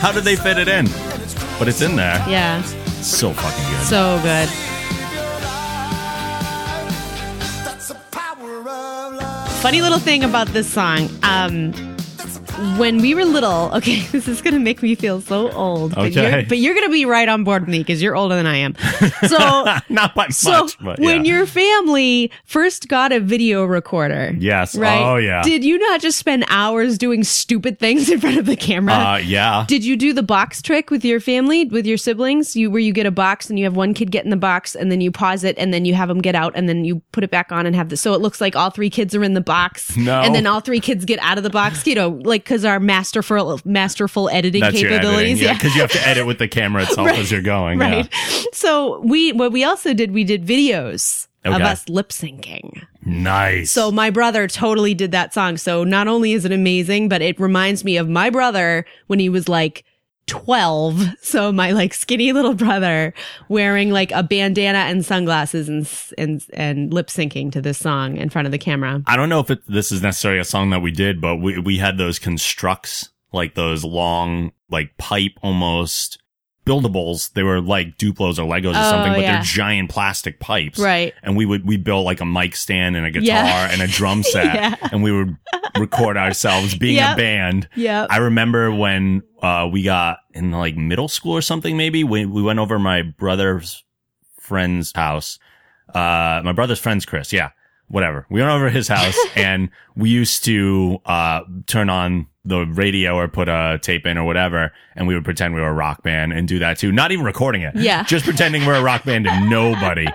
S1: How did they fit it in? But it's in there.
S2: yeah,
S1: So fucking good.
S2: so good.
S3: That's the power of love.
S2: Funny little thing about this song. Um, when we were little, okay, this is gonna make me feel so old. But
S1: Okay.
S2: you're, but you're gonna be right on board with me because you're older than I am. So,
S1: Not by
S2: so
S1: much, but
S2: when
S1: yeah.
S2: your family first got a video recorder,
S1: Yes.
S2: right?
S1: Oh, yeah.
S2: Did you not just spend hours doing stupid things in front of the camera?
S1: uh, yeah.
S2: did you do the box trick with your family, with your siblings? You where you get a box and you have one kid get in the box and then you pause it and then you have them get out and then you put it back on and have the so it looks like all three kids are in the box.
S1: No.
S2: And then all three kids get out of the box, you know, like cuz our masterful masterful editing
S1: That's your editing.
S2: capabilities.
S1: Yeah, because you have to edit with the camera itself as you're going.
S2: Right. So we what we also did, we did videos of
S1: Okay.
S2: us lip syncing.
S1: Yeah. Nice.
S2: So my brother totally did that song. So not only is it amazing, but it reminds me of my brother when he was like 12. So my like skinny little brother wearing like a bandana and sunglasses and s- and and lip syncing to this song in front of the camera.
S1: I don't know if it, this is necessarily a song that we did, but we we had those constructs, like those long, like pipe almost buildables. They were like Duplos or Legos or
S2: Oh,
S1: something, but
S2: yeah.
S1: they're giant plastic pipes.
S2: Right.
S1: And we would we built like a mic stand and a guitar
S2: Yeah.
S1: and a drum set,
S2: Yeah.
S1: and we would record ourselves being
S2: Yep.
S1: a band.
S2: Yep.
S1: I remember when uh, we got in like middle school or something, maybe we, we went over my brother's friend's house. Uh, my brother's friend's Chris. Yeah. Whatever. We went over to his house and we used to, uh, turn on the radio or put a tape in or whatever. And we would pretend we were a rock band and do that too. Not even recording it.
S2: Yeah.
S1: Just pretending we're a rock band to nobody.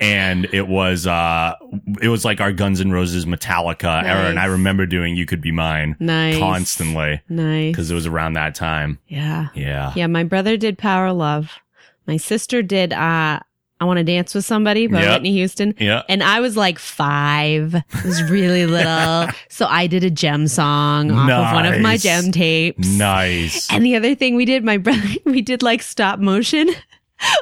S1: And it was, uh, it was like our Guns N' Roses Metallica era. And I
S2: Nice.
S1: remember doing You Could Be Mine
S2: Nice.
S1: constantly
S2: nice.
S1: because it was around that time.
S2: Yeah.
S1: Yeah.
S2: Yeah, my brother did Power Love. My sister did uh I Want to Dance with Somebody by
S1: Yeah.
S2: Whitney Houston.
S1: Yeah.
S2: And I was like five. I was really little. so I did a gem song off of one of my
S1: Nice.
S2: gem tapes.
S1: Nice.
S2: And the other thing we did, my brother, we did like stop motion.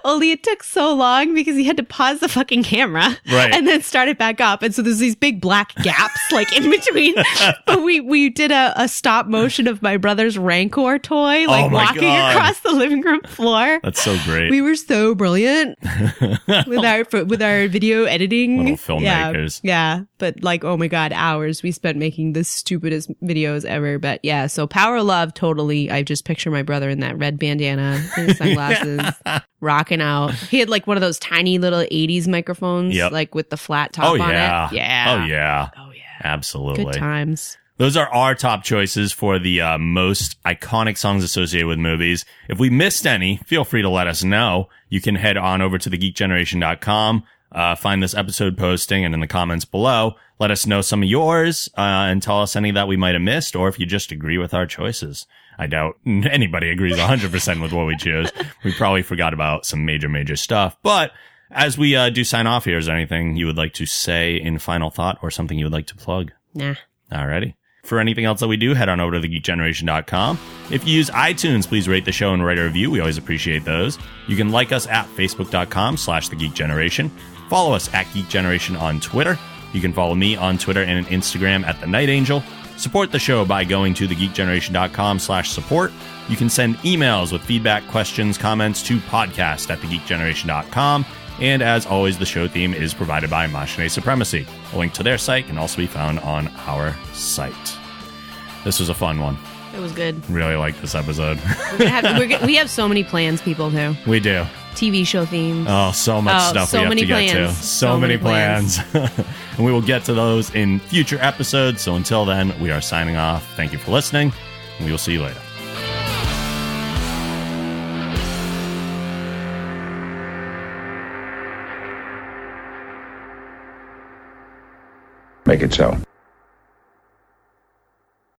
S2: Only it took so long because he had to pause the fucking camera
S1: Right.
S2: and then start it back up. And so there's these big black gaps like in between. but we we did a, a stop motion of my brother's Rancor toy, like
S1: Oh my
S2: walking
S1: God.
S2: across the living room floor.
S1: That's so great.
S2: We were so brilliant with our fo- with our video editing.
S1: Little filmmakers.
S2: Yeah, yeah, but like, oh my god, hours we spent making the stupidest videos ever. But yeah, so Power of Love, totally. I just picture my brother in that red bandana and his sunglasses, rocking out. He had like one of those tiny little '80s microphones,
S1: Yep.
S2: like with the flat top
S1: oh
S2: on
S1: yeah.
S2: it. Yeah.
S1: Oh yeah.
S2: Oh yeah.
S1: Absolutely.
S2: Good times.
S1: Those are our top choices for the uh, most iconic songs associated with movies. If we missed any, feel free to let us know. You can head on over to thegeekgeneration.com, uh, find this episode posting, and in the comments below, let us know some of yours uh, and tell us any that we might have missed, or if you just agree with our choices. I doubt anybody agrees 100% with what we choose. We probably forgot about some major, major stuff. But as we uh, do sign off here, is there anything you would like to say in final thought or something you would like to plug?
S2: Nah.
S1: Alrighty. For anything else that we do, head on over to thegeekgeneration.com. If you use iTunes, please rate the show and write a review. We always appreciate those. You can like us at facebook.com slash thegeekgeneration. Follow us at Geek Generation on Twitter. You can follow me on Twitter and Instagram at The Night Angel. Support the show by going to thegeekgeneration.com slash support. You can send emails with feedback, questions, comments to podcast at thegeekgeneration.com. And as always, the show theme is provided by Machine Supremacy. A link to their site can also be found on our site. This was a fun one.
S2: It was good.
S1: Really like this episode.
S2: We're gonna have, we're, gonna- we have so many plans, people. Too
S1: we do.
S2: TV show themes.
S1: Oh, so much
S2: Oh,
S1: stuff
S2: so
S1: we have
S2: many
S1: to get to.
S2: plans.
S1: So,
S2: So
S1: many
S2: many
S1: plans. and we will get to those in future episodes. So until then, we are signing off. Thank you for listening. And we will see you later.
S5: Make it so.